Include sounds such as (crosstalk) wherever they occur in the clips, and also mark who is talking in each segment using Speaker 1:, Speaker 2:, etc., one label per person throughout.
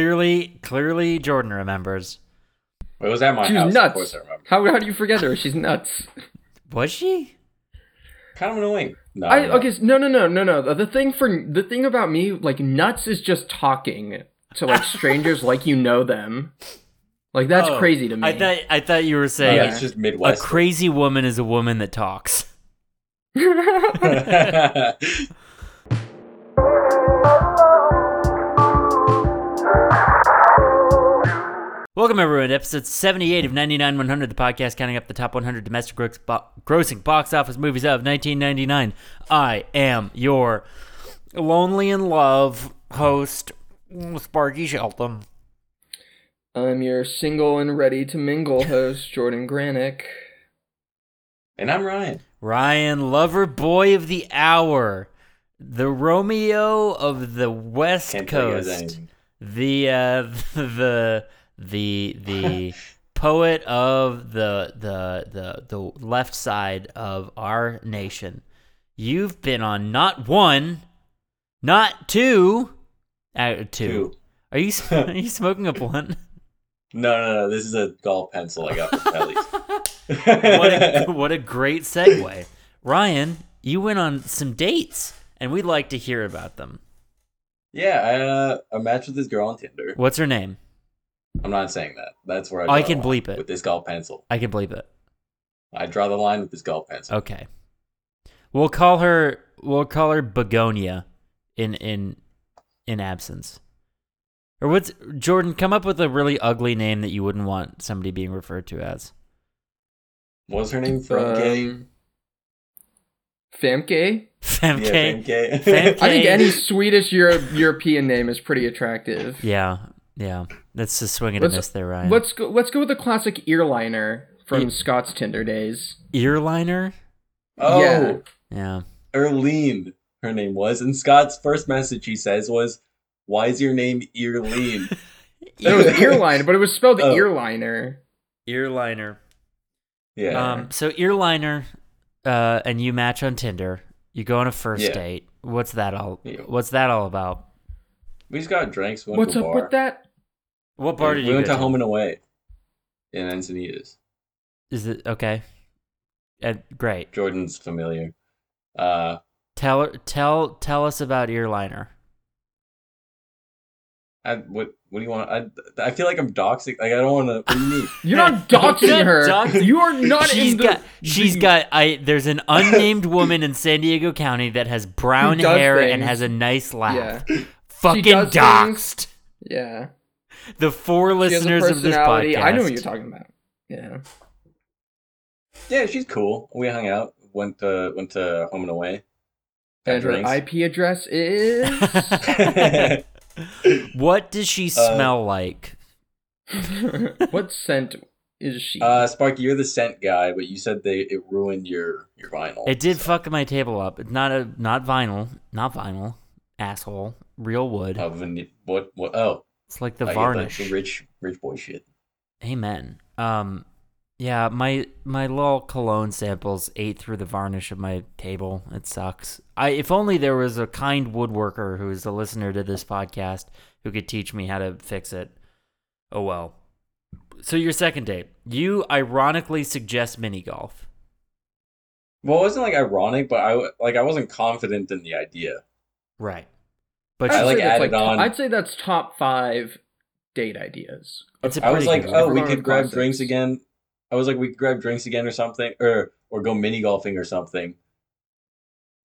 Speaker 1: Clearly, clearly, Jordan remembers.
Speaker 2: It was at my
Speaker 3: She's
Speaker 2: house. of
Speaker 3: nuts.
Speaker 2: course I remember.
Speaker 3: How, how do you forget her?
Speaker 2: (laughs)
Speaker 3: She's nuts.
Speaker 1: Was she?
Speaker 2: Kind of annoying. No,
Speaker 3: I
Speaker 2: no.
Speaker 3: okay. s- No, no, no, no, no. The thing for the thing about me, like nuts, is just talking to like strangers like you know them. Like that's
Speaker 1: Oh,
Speaker 3: crazy to me.
Speaker 1: I thought I thought you were
Speaker 2: No,
Speaker 1: saying
Speaker 3: Yeah.
Speaker 2: it's just
Speaker 1: a
Speaker 2: Midwest. (laughs)
Speaker 1: crazy woman is a woman that talks. Welcome everyone to episode 78 of 99 100, the podcast counting up the top 100 domestic gross bo- grossing box office movies of 1999. I am your lonely in love host, Sparky Shelton.
Speaker 3: (laughs) I'm your single and ready to mingle host, Jordan Granick.
Speaker 2: and I'm Ryan.
Speaker 1: Ryan, lover boy of the hour, the Romeo of the West
Speaker 2: Can't tell you guys
Speaker 1: Coast,
Speaker 2: anything.
Speaker 1: the uh, (laughs) the the the poet of the, the the the left side of our nation. You've been on not one, not two, uh, two.
Speaker 2: Two.
Speaker 1: Are you sm- (laughs) are you smoking a blunt?
Speaker 2: No, no, no. This is a golf pencil I got
Speaker 1: (laughs)
Speaker 2: from Pelly's.
Speaker 1: what a, what a great segue. Ryan, you went on some dates, and we'd like to hear about them.
Speaker 2: yeah, I had a, a match with this girl on Tinder.
Speaker 1: What's her name?
Speaker 2: I'm not saying that. That's where I.
Speaker 1: Oh, I
Speaker 2: Draw
Speaker 1: can
Speaker 2: the line
Speaker 1: bleep it.
Speaker 2: with this golf pencil.
Speaker 1: I can believe it.
Speaker 2: I draw the line with this golf pencil.
Speaker 1: Okay. We'll call her we'll call her Begonia in in in absence. Or what's Jordan, come up with a really ugly name that you wouldn't want somebody being referred to as. (laughs)
Speaker 2: What was her name? Franke.
Speaker 3: Um, Famke.
Speaker 1: Femke.
Speaker 2: Yeah, Franke. (laughs)
Speaker 1: Franke.
Speaker 3: I think
Speaker 1: Okay.
Speaker 3: any Swedish Euro- European name is pretty attractive.
Speaker 1: Yeah. Yeah. That's just swinging a
Speaker 3: Let's-
Speaker 1: miss there, Ryan.
Speaker 3: Let's go. Let's go with the classic earliner from
Speaker 1: Ye-
Speaker 3: Scott's Tinder days.
Speaker 1: Earliner?
Speaker 2: oh,
Speaker 3: Yeah.
Speaker 1: Yeah.
Speaker 2: Erlene, her name was. And Scott's first message he says was, Why is your name
Speaker 1: (laughs)
Speaker 2: Erlene?
Speaker 3: No,
Speaker 2: (laughs)
Speaker 3: it was earliner, but it was spelled
Speaker 2: Oh.
Speaker 3: earliner.
Speaker 1: E- Earliner.
Speaker 2: yeah.
Speaker 1: Um, so earliner, uh, and you match on Tinder. You go on a first
Speaker 2: Yeah.
Speaker 1: date. What's that all?
Speaker 2: Yeah.
Speaker 1: What's that all about?
Speaker 2: we just got drinks. Went
Speaker 3: What's
Speaker 2: to a
Speaker 3: up
Speaker 2: bar.
Speaker 3: with that?
Speaker 1: What bar did
Speaker 2: we
Speaker 1: you
Speaker 2: went
Speaker 1: go
Speaker 2: to Home and Away in Encinitas.
Speaker 1: Is it okay? Uh, great.
Speaker 2: Jordan's familiar. Uh,
Speaker 1: Tell tell tell us about earliner.
Speaker 2: I, what what do you want? I I feel like I'm doxing. Like I don't want to. What do you
Speaker 3: (laughs)
Speaker 2: mean?
Speaker 3: You're not
Speaker 1: You're not
Speaker 3: doxing her.
Speaker 1: doxing-
Speaker 3: You (laughs) are not
Speaker 1: She's
Speaker 3: in the.
Speaker 1: got she's
Speaker 3: the-
Speaker 1: got I there's an unnamed woman in San Diego County that has brown
Speaker 3: Who does
Speaker 1: hair and
Speaker 3: things.
Speaker 1: has a nice laugh.
Speaker 3: Yeah,
Speaker 1: Fucking
Speaker 3: does
Speaker 1: doxed.
Speaker 3: yeah.
Speaker 1: The four
Speaker 3: She has a
Speaker 1: listeners of this
Speaker 3: personality.
Speaker 1: podcast.
Speaker 3: I know what you're talking about. Yeah.
Speaker 2: Yeah, she's cool. We hung out. Went to went to Home and Away. Got
Speaker 3: And her
Speaker 2: drinks.
Speaker 3: IP address is.
Speaker 1: (laughs)
Speaker 3: (laughs)
Speaker 1: What does
Speaker 3: Uh,
Speaker 1: she smell like?
Speaker 3: what scent is she?
Speaker 2: uh, Sparky, you're the scent guy, but you said they it ruined your your vinyl.
Speaker 1: It did fuck my table up. It's not a not vinyl, not vinyl, asshole, real wood.
Speaker 3: Oh,
Speaker 2: Uh, vani- what what? Oh,
Speaker 1: It's like the
Speaker 2: I get
Speaker 1: varnish.
Speaker 2: the rich rich boy shit.
Speaker 1: Amen. Um, yeah, my my little cologne samples ate through the varnish of my table. It sucks. I if only there was a kind woodworker who is a listener to this podcast who could teach me how to fix it. Oh well. So your second date, you ironically suggest mini golf.
Speaker 2: Well, it wasn't like ironic, but I w- like I wasn't confident in the idea.
Speaker 1: Right.
Speaker 3: I'd
Speaker 1: But
Speaker 2: I
Speaker 1: you-
Speaker 2: like
Speaker 3: say that's
Speaker 2: added
Speaker 3: to-
Speaker 2: on-
Speaker 3: I'd say that's top five date ideas.
Speaker 1: It's a
Speaker 2: I was
Speaker 1: pretty
Speaker 2: like,
Speaker 1: good
Speaker 2: oh,
Speaker 1: one.
Speaker 2: we
Speaker 3: Everyone
Speaker 2: could
Speaker 3: with
Speaker 2: grab
Speaker 3: concepts.
Speaker 2: drinks again. I was like, we could grab drinks again or something, or or go mini golfing or something.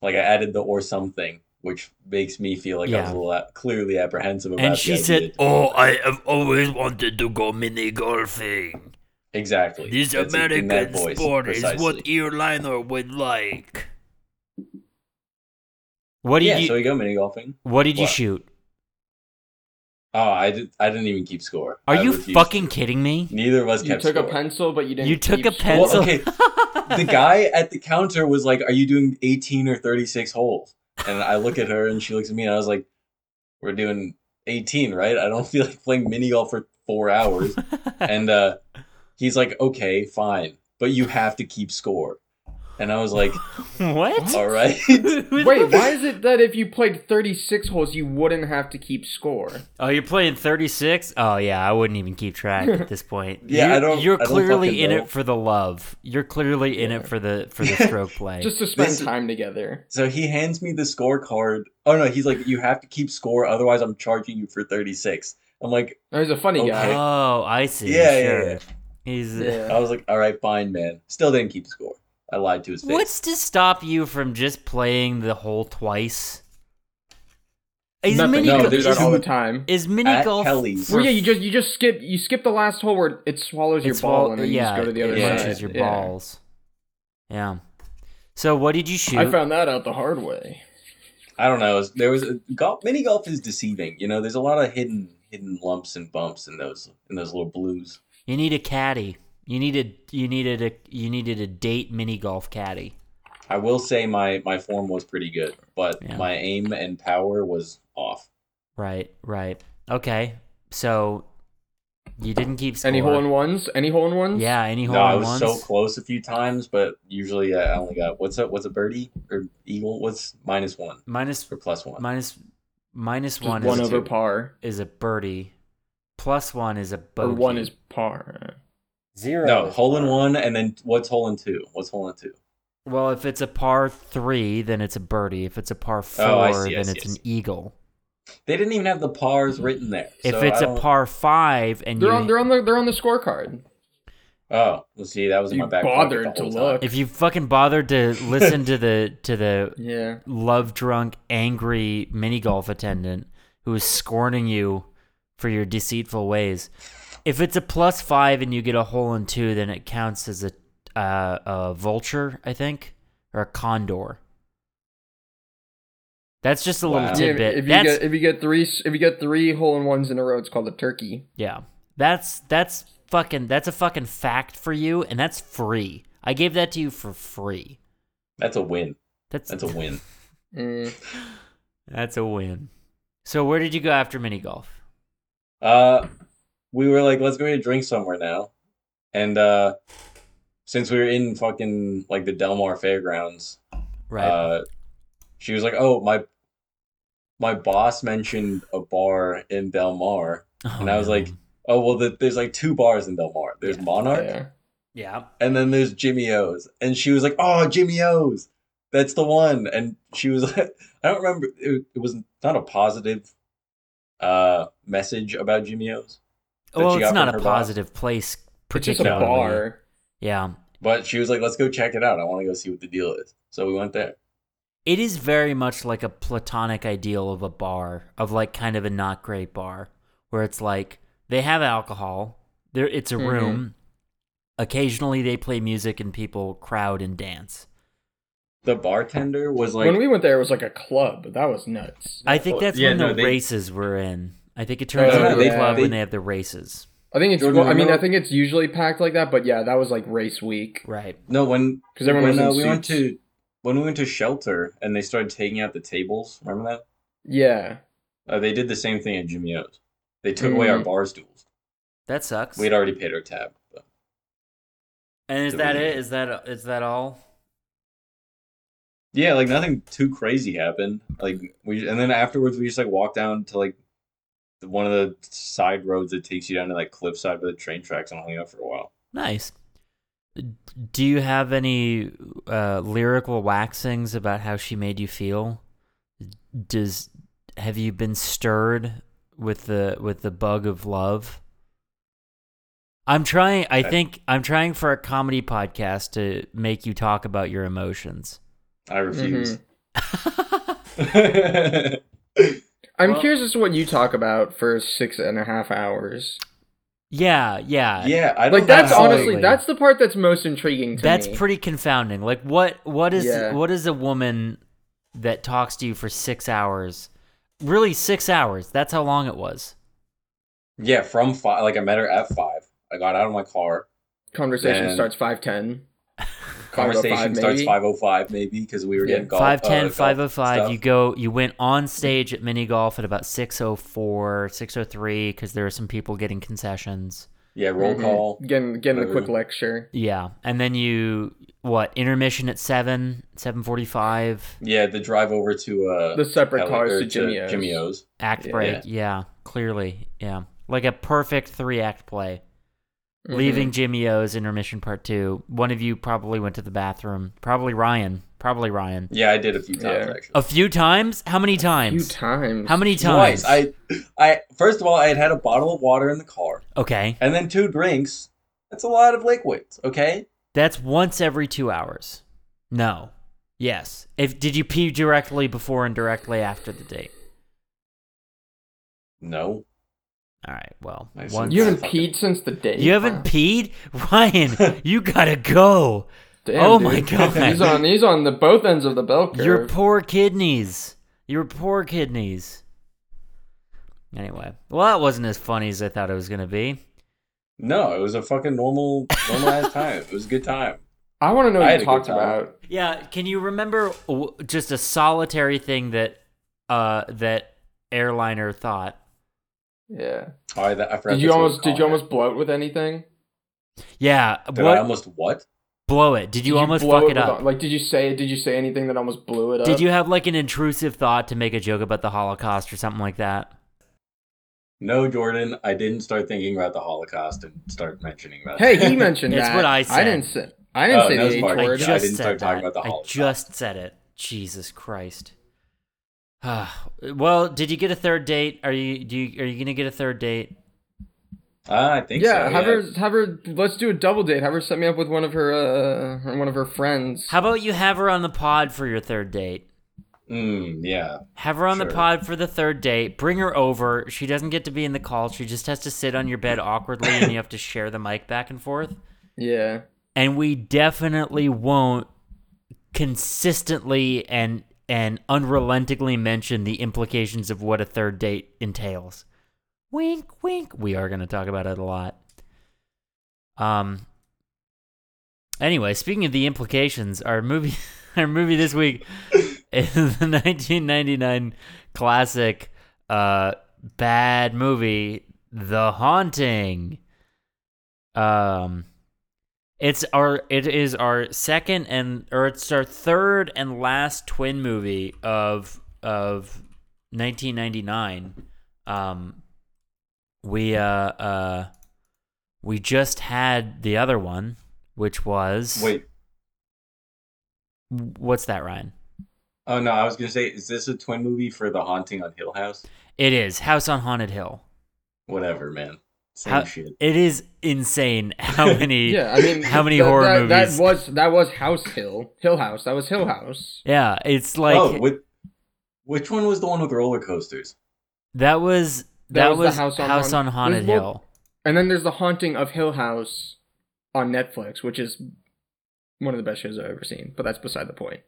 Speaker 2: Like I added the or something, which makes me feel like I was
Speaker 1: Yeah.
Speaker 2: a little a- clearly apprehensive about.
Speaker 1: and
Speaker 2: the
Speaker 1: she
Speaker 2: idea.
Speaker 1: said, "Oh, I have always wanted to go mini golfing."
Speaker 2: exactly.
Speaker 1: This
Speaker 2: That's in- in that
Speaker 1: American
Speaker 2: voice,
Speaker 1: sport is what e-"
Speaker 2: precisely.
Speaker 1: Earliner would like. What did
Speaker 2: yeah,
Speaker 1: you
Speaker 2: so we go mini golfing.
Speaker 1: What did you
Speaker 2: What?
Speaker 1: shoot?
Speaker 2: Oh, I did. I didn't even keep score.
Speaker 1: Are
Speaker 2: I
Speaker 1: you
Speaker 2: refused.
Speaker 1: fucking kidding
Speaker 2: (laughs)
Speaker 1: me?
Speaker 2: Neither of us
Speaker 3: You
Speaker 2: kept
Speaker 3: took a
Speaker 2: score.
Speaker 3: pencil, but you didn't.
Speaker 1: You took
Speaker 3: keep
Speaker 1: a
Speaker 3: score.
Speaker 1: pencil.
Speaker 2: Well, okay. the guy at the counter was like, "Are you doing 18 or 36 holes?" And I look at her, and she looks at me, and I was like, "We're doing 18, right? I don't feel like playing mini golf for
Speaker 1: (laughs)
Speaker 2: four hours." and uh, he's like, "Okay, fine, but you have to keep score." And I was like,
Speaker 1: What?
Speaker 2: all right. (laughs)
Speaker 3: Wait, why is it that if you played 36 holes, you wouldn't have to keep score?
Speaker 1: Oh, you're playing 36? Oh, yeah, I wouldn't even keep track at this point.
Speaker 2: (laughs) Yeah,
Speaker 1: you're,
Speaker 2: I don't-
Speaker 1: You're
Speaker 2: I don't
Speaker 1: clearly
Speaker 2: fucking
Speaker 1: in
Speaker 2: know.
Speaker 1: it for the love. You're clearly in it for the for
Speaker 2: (laughs)
Speaker 1: the stroke play.
Speaker 3: Just to spend
Speaker 2: This-
Speaker 3: time together.
Speaker 2: so he hands me the scorecard. Oh no, he's like, you have to keep score, otherwise I'm charging you for 36. I'm like,
Speaker 3: Oh, he's a funny
Speaker 2: Okay.
Speaker 3: guy.
Speaker 1: oh, I see.
Speaker 2: Yeah, yeah,
Speaker 1: sure.
Speaker 2: yeah.
Speaker 1: He's
Speaker 2: I was like, all right, fine, man. Still didn't keep score. I lied to his face.
Speaker 1: What's to stop you from just playing the hole twice? Is
Speaker 3: Nothing.
Speaker 1: mini
Speaker 2: No,
Speaker 3: you
Speaker 1: go-
Speaker 3: do
Speaker 2: there's
Speaker 1: is,
Speaker 3: that all the
Speaker 2: two-
Speaker 3: time.
Speaker 1: is mini
Speaker 2: At
Speaker 1: golf
Speaker 2: Kelly's.
Speaker 1: for
Speaker 3: Well, yeah, you just you just skip you skip the last hole where it swallows your
Speaker 1: It's
Speaker 3: ball
Speaker 1: all-
Speaker 3: and then you
Speaker 1: yeah,
Speaker 3: just go to the other
Speaker 1: it
Speaker 3: side.
Speaker 1: punches your
Speaker 3: Yeah.
Speaker 1: balls. Yeah. So what did you shoot?
Speaker 3: I found that out the hard way.
Speaker 2: I don't know. There was a, golf. Mini golf is deceiving. You know, there's a lot of hidden hidden lumps and bumps in those in those little blues.
Speaker 1: you need a caddy. You needed you needed a you needed a date mini golf caddy.
Speaker 2: I will say my my form was pretty good, but
Speaker 1: Yeah.
Speaker 2: my aim and power was off.
Speaker 1: Right, right. Okay. So you didn't keep score.
Speaker 3: Any hole in ones? Any hole in ones?
Speaker 1: Yeah, any hole
Speaker 2: no, I
Speaker 1: in
Speaker 2: was
Speaker 1: ones.
Speaker 2: so close a few times, but usually I only got what's a what's a birdie or eagle? What's minus one
Speaker 1: Minus
Speaker 2: or plus one?
Speaker 1: minus minus
Speaker 3: Just
Speaker 1: one,
Speaker 3: one
Speaker 1: is,
Speaker 3: over
Speaker 2: two.
Speaker 3: par.
Speaker 1: is a birdie. Plus one is a
Speaker 3: Or
Speaker 1: bogey.
Speaker 3: one is par.
Speaker 1: zero.
Speaker 2: no,
Speaker 1: is
Speaker 2: hole in
Speaker 1: par.
Speaker 2: one, and then what's hole in two? What's hole in two?
Speaker 1: Well, if it's a par three, then it's a birdie. If it's a par four,
Speaker 2: Oh, I see, I
Speaker 1: then
Speaker 2: see,
Speaker 1: it's
Speaker 2: I
Speaker 1: an
Speaker 2: see.
Speaker 1: eagle.
Speaker 2: They didn't even have the pars written there.
Speaker 1: If
Speaker 2: so
Speaker 1: it's
Speaker 2: I
Speaker 1: a
Speaker 2: don't-
Speaker 1: par five and
Speaker 3: They're
Speaker 1: you
Speaker 3: on they're on the they're on the scorecard.
Speaker 2: oh, let's see, that was in
Speaker 3: You
Speaker 2: my back.
Speaker 3: bothered
Speaker 2: pocket the
Speaker 3: to
Speaker 2: whole time.
Speaker 3: look.
Speaker 1: if you fucking bothered to listen to the to the
Speaker 3: Yeah.
Speaker 1: love drunk, angry mini golf attendant who is scorning you for your deceitful ways. If it's a plus five and you get a hole in two, then it counts as a uh, a vulture, I think, or a condor. That's just a little
Speaker 2: Wow.
Speaker 3: Yeah,
Speaker 1: tidbit.
Speaker 3: if you
Speaker 1: that's
Speaker 3: get if you get three s- if you get three hole in ones in a row, it's called a turkey.
Speaker 1: yeah. That's that's fucking that's a fucking fact for you, and that's free. I gave that to you for free.
Speaker 2: That's a win.
Speaker 1: That's
Speaker 2: That's a win.
Speaker 3: Mm.
Speaker 1: That's a win. So where did you go after mini golf?
Speaker 2: Uh, we were like, let's go get a drink somewhere now, and uh, since we were in fucking like the Delmar Fairgrounds,
Speaker 1: Right.
Speaker 2: uh, she was like, oh my, my boss mentioned a bar in Delmar,
Speaker 1: Oh,
Speaker 2: and I was
Speaker 1: no.
Speaker 2: like, oh well, the, there's like two bars in Delmar. There's Monarch,
Speaker 3: Yeah.
Speaker 1: yeah.
Speaker 2: and then there's Jimmy O's, and she was like, oh Jimmy O's, that's the one, and she was (laughs) like, I don't remember, it, it was not a positive, uh, message about Jimmy O's. that
Speaker 1: well,
Speaker 2: she
Speaker 1: it's
Speaker 2: got
Speaker 1: not
Speaker 2: from
Speaker 1: a
Speaker 2: her boss.
Speaker 1: positive place
Speaker 3: It's just a
Speaker 1: particularly.
Speaker 3: bar.
Speaker 1: Yeah.
Speaker 2: But she was like, let's go check it out. I want to go see what the deal is. So we went there.
Speaker 1: It is very much like a platonic ideal of a bar, of like kind of a not great bar, where it's like they have alcohol, there it's a
Speaker 2: Mm-hmm.
Speaker 3: Mhm.
Speaker 1: room. Occasionally they play music and people crowd and dance.
Speaker 2: The bartender was like,
Speaker 3: when we went there, it was like a club. That was nuts.
Speaker 1: I think that's
Speaker 2: Yeah,
Speaker 1: when
Speaker 2: no,
Speaker 1: the
Speaker 2: they- Oh,
Speaker 1: races were in. I think it turns
Speaker 3: No,
Speaker 1: into
Speaker 3: they-
Speaker 1: a club
Speaker 2: they-
Speaker 1: when they have the races.
Speaker 3: I think it's.
Speaker 2: Jordan,
Speaker 3: well, I mean, I
Speaker 2: remember-
Speaker 3: think it's usually packed like that. But yeah, that was like race week.
Speaker 1: Right.
Speaker 2: no, when
Speaker 3: 'Cause everyone
Speaker 2: when, uh,
Speaker 3: was in
Speaker 2: we went
Speaker 3: suits.
Speaker 2: to when we went to shelter and they started taking out the tables. Remember that?
Speaker 3: Yeah.
Speaker 2: Uh, they did the same thing at Jimmy O's. They took away our
Speaker 3: Mhm.
Speaker 2: bar stools.
Speaker 1: That sucks.
Speaker 2: We had already paid our tab. But
Speaker 1: and is
Speaker 2: So
Speaker 1: that
Speaker 2: we-
Speaker 1: it? Is that is that all?
Speaker 2: yeah, like nothing too crazy happened. Like we and then afterwards we just like walked down to like the- one of the side roads that takes you down to like cliffside by the train tracks and hung out for a while.
Speaker 1: Nice. Do you have any uh, lyrical waxings about how she made you feel? Does have you been stirred with the with the bug of love? I'm trying. I
Speaker 2: Okay.
Speaker 1: think I'm trying for a comedy podcast to make you talk about your emotions.
Speaker 2: I
Speaker 3: Mm-hmm.
Speaker 2: refused.
Speaker 3: I'm
Speaker 1: Well-
Speaker 3: curious as to what you talk about for six and a half hours.
Speaker 1: Yeah, yeah,
Speaker 2: (laughs) yeah, I don't
Speaker 3: Like that's
Speaker 2: know how-
Speaker 3: honestly
Speaker 1: Absolutely.
Speaker 3: that's the part that's most intriguing to
Speaker 1: That's
Speaker 3: me.
Speaker 1: pretty confounding. Like, what what is
Speaker 3: Yeah.
Speaker 1: what is a woman that talks to you for six hours? Really, six hours? That's how long it was.
Speaker 2: Yeah, from five. Like I met her at five. I got out of my car.
Speaker 3: Conversation
Speaker 2: Man.
Speaker 3: starts five ten.
Speaker 2: (laughs) Conversation starts
Speaker 3: oh maybe?
Speaker 2: five oh five maybe because we were
Speaker 3: Yeah.
Speaker 2: getting golf.
Speaker 1: Five ten,
Speaker 2: uh,
Speaker 1: five oh
Speaker 2: golf
Speaker 1: five.
Speaker 2: stuff.
Speaker 1: you go you went on stage oh at mini golf at about 604 603 because there were some people getting concessions
Speaker 2: Yeah, roll
Speaker 3: Mhm.
Speaker 2: call.
Speaker 3: Getting getting a quick
Speaker 2: Whatever.
Speaker 3: lecture.
Speaker 1: Yeah, and then you what intermission at seven, seven forty-five,
Speaker 2: Yeah, the drive over to uh
Speaker 3: The separate
Speaker 2: Ele-
Speaker 3: cars
Speaker 2: or
Speaker 3: to Jimmy. O's.
Speaker 2: Jimmy O's.
Speaker 1: act
Speaker 3: Yeah.
Speaker 1: break. Yeah, clearly, yeah, like a perfect three-act play.
Speaker 2: Mm-hmm.
Speaker 3: Mhm.
Speaker 1: Leaving Jimmy O's intermission part two. One of you probably went to the bathroom. Probably Ryan. Probably Ryan.
Speaker 2: Yeah, I did a few times
Speaker 3: Yeah.
Speaker 2: actually.
Speaker 1: A few times. How many
Speaker 3: a few
Speaker 1: times?
Speaker 3: times.
Speaker 1: How many times?
Speaker 2: Twice. I I first of all I had had a bottle of water in the car
Speaker 1: okay,
Speaker 2: and then two drinks. That's a lot of liquids, okay?
Speaker 1: that's once every two hours. No. Yes. If did you pee directly before and directly after the date?
Speaker 2: No.
Speaker 1: All right. Well,
Speaker 2: I assume
Speaker 1: once.
Speaker 3: You haven't
Speaker 2: Fucking-
Speaker 3: peed since the day.
Speaker 1: You haven't peed, Ryan. you gotta go.
Speaker 3: Damn,
Speaker 1: oh
Speaker 3: dude.
Speaker 1: my
Speaker 3: (laughs) He's
Speaker 1: god,
Speaker 3: on. He's on the both ends of the bell curve.
Speaker 1: your poor kidneys. Your poor kidneys. Anyway, well, that wasn't as funny as I thought it was gonna be.
Speaker 2: No, it was a fucking normal
Speaker 3: (laughs)
Speaker 2: normalized time. It was a good time.
Speaker 3: I want to know
Speaker 2: I
Speaker 3: what
Speaker 2: had a
Speaker 3: you
Speaker 2: good
Speaker 3: talked
Speaker 2: time.
Speaker 3: about.
Speaker 1: Yeah, can you remember w- just a solitary thing that, uh, that airliner thought?
Speaker 3: Yeah.
Speaker 2: Oh, I, I forgot
Speaker 3: Did you
Speaker 2: that's what
Speaker 3: almost?
Speaker 2: we
Speaker 3: Did
Speaker 2: call it.
Speaker 3: you almost bloat with anything?
Speaker 1: Yeah,
Speaker 2: Did
Speaker 1: what?
Speaker 2: I almost what?
Speaker 1: blow it. Did you,
Speaker 3: Did
Speaker 1: almost
Speaker 3: blow
Speaker 1: fuck it
Speaker 3: with-
Speaker 1: up?
Speaker 3: Like, did you say? Did you say anything that almost blew it up?
Speaker 1: Did you have like an intrusive thought to make a joke about the Holocaust or something like that?
Speaker 2: No, Jordan, I didn't start thinking about the Holocaust and start mentioning about.
Speaker 3: Hey, he
Speaker 1: (laughs)
Speaker 3: mentioned
Speaker 1: It's
Speaker 3: that.
Speaker 1: what I
Speaker 3: I
Speaker 1: said.
Speaker 3: didn't say. I didn't
Speaker 2: Oh,
Speaker 3: say
Speaker 2: that was
Speaker 3: the H
Speaker 2: Mark.
Speaker 1: I
Speaker 3: word.
Speaker 1: just
Speaker 2: I didn't
Speaker 1: said
Speaker 2: start talking
Speaker 1: that.
Speaker 2: about the
Speaker 1: I
Speaker 2: Holocaust.
Speaker 1: just said it. Jesus Christ. (sighs) well, did you get a third date? Are you do you are you gonna get a third date?
Speaker 2: (laughs) Ah, I think
Speaker 3: yeah,
Speaker 2: so.
Speaker 3: have her, have her. Let's do a double date. Have her set me up with one of her, uh, her- one of her friends.
Speaker 1: How about you have her on the pod for your third date?
Speaker 2: Mm, yeah.
Speaker 1: Have her on the
Speaker 2: Sure.
Speaker 1: pod for the third date. Bring her over. She doesn't get to be in the call. She just has to sit on your bed awkwardly, and you have to share the mic back and forth.
Speaker 3: yeah,
Speaker 1: And we definitely won't consistently and and unrelentingly mention the implications of what a third date entails. Wink, wink. We are going to talk about it a lot. Um. Anyway, speaking of the implications, our movie, (laughs) our movie this week (laughs) is the 1999 classic, uh, bad movie, The Haunting. Um, it's our it is our second and or it's our third and last twin movie of of 1999. Um, we uh uh we just had the other one which was
Speaker 2: Wait.
Speaker 1: what's that ryan
Speaker 2: Oh no, I was gonna say, is this a twin movie for The Haunting on Hill House?
Speaker 1: it is house on haunted hill
Speaker 2: Whatever, man. Same
Speaker 1: How-
Speaker 2: shit.
Speaker 1: it is insane (laughs) how many
Speaker 3: yeah. I mean,
Speaker 1: how many
Speaker 3: that-
Speaker 1: horror
Speaker 3: that,
Speaker 1: movies
Speaker 3: That was that was House Hill, Hill House. That was Hill House.
Speaker 1: yeah it's like
Speaker 2: oh, which, which one was the one with roller coasters?
Speaker 1: that was that,
Speaker 3: That was
Speaker 1: was,
Speaker 3: the House on
Speaker 1: house
Speaker 3: Haun-
Speaker 1: on haunted
Speaker 3: There's
Speaker 1: hill
Speaker 3: more- And then there's the Haunting of Hill House on Netflix, which is one of the best shows I've ever seen. But that's beside the point.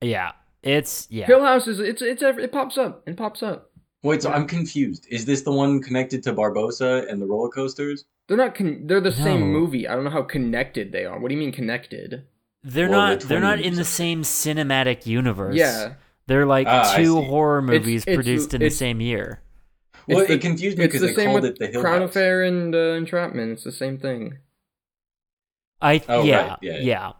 Speaker 1: yeah it's yeah
Speaker 3: Hill House is it's it's ev- it pops up and pops up.
Speaker 2: Wait, so I'm confused. Is this the one connected to Barbosa and the roller coasters?
Speaker 3: They're not con- they're the same
Speaker 1: No.
Speaker 3: movie. I don't know how connected they are. What do you mean connected?
Speaker 1: they're
Speaker 2: Well,
Speaker 1: not
Speaker 2: the
Speaker 1: they're not
Speaker 2: twins
Speaker 1: in the
Speaker 2: are-
Speaker 1: same cinematic universe
Speaker 3: Yeah.
Speaker 1: they're like
Speaker 2: Ah, I
Speaker 1: two
Speaker 2: see.
Speaker 1: horror
Speaker 3: It's-
Speaker 1: movies
Speaker 3: it's-
Speaker 1: produced in the
Speaker 3: it's-
Speaker 1: same year
Speaker 2: Well,
Speaker 3: It's the-
Speaker 2: it confused me
Speaker 3: It's
Speaker 2: because
Speaker 3: the
Speaker 2: they
Speaker 3: same
Speaker 2: called
Speaker 3: with
Speaker 2: it the Hill
Speaker 3: Crown
Speaker 2: House.
Speaker 3: Affair and uh, Entrapment. It's the same thing.
Speaker 1: I
Speaker 2: Oh, right.
Speaker 1: yeah,
Speaker 2: Yeah,
Speaker 1: yeah
Speaker 2: yeah.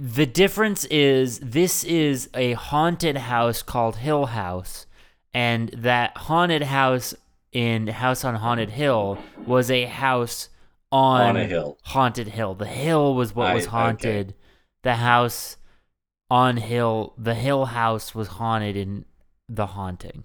Speaker 1: The difference is this is a haunted house called Hill House, and that haunted house in House on Haunted Hill was a house on,
Speaker 2: On a hill.
Speaker 1: Haunted Hill. The hill was what
Speaker 2: I-
Speaker 1: was
Speaker 2: okay.
Speaker 1: haunted. The house on hill, the Hill House was haunted in The Haunting.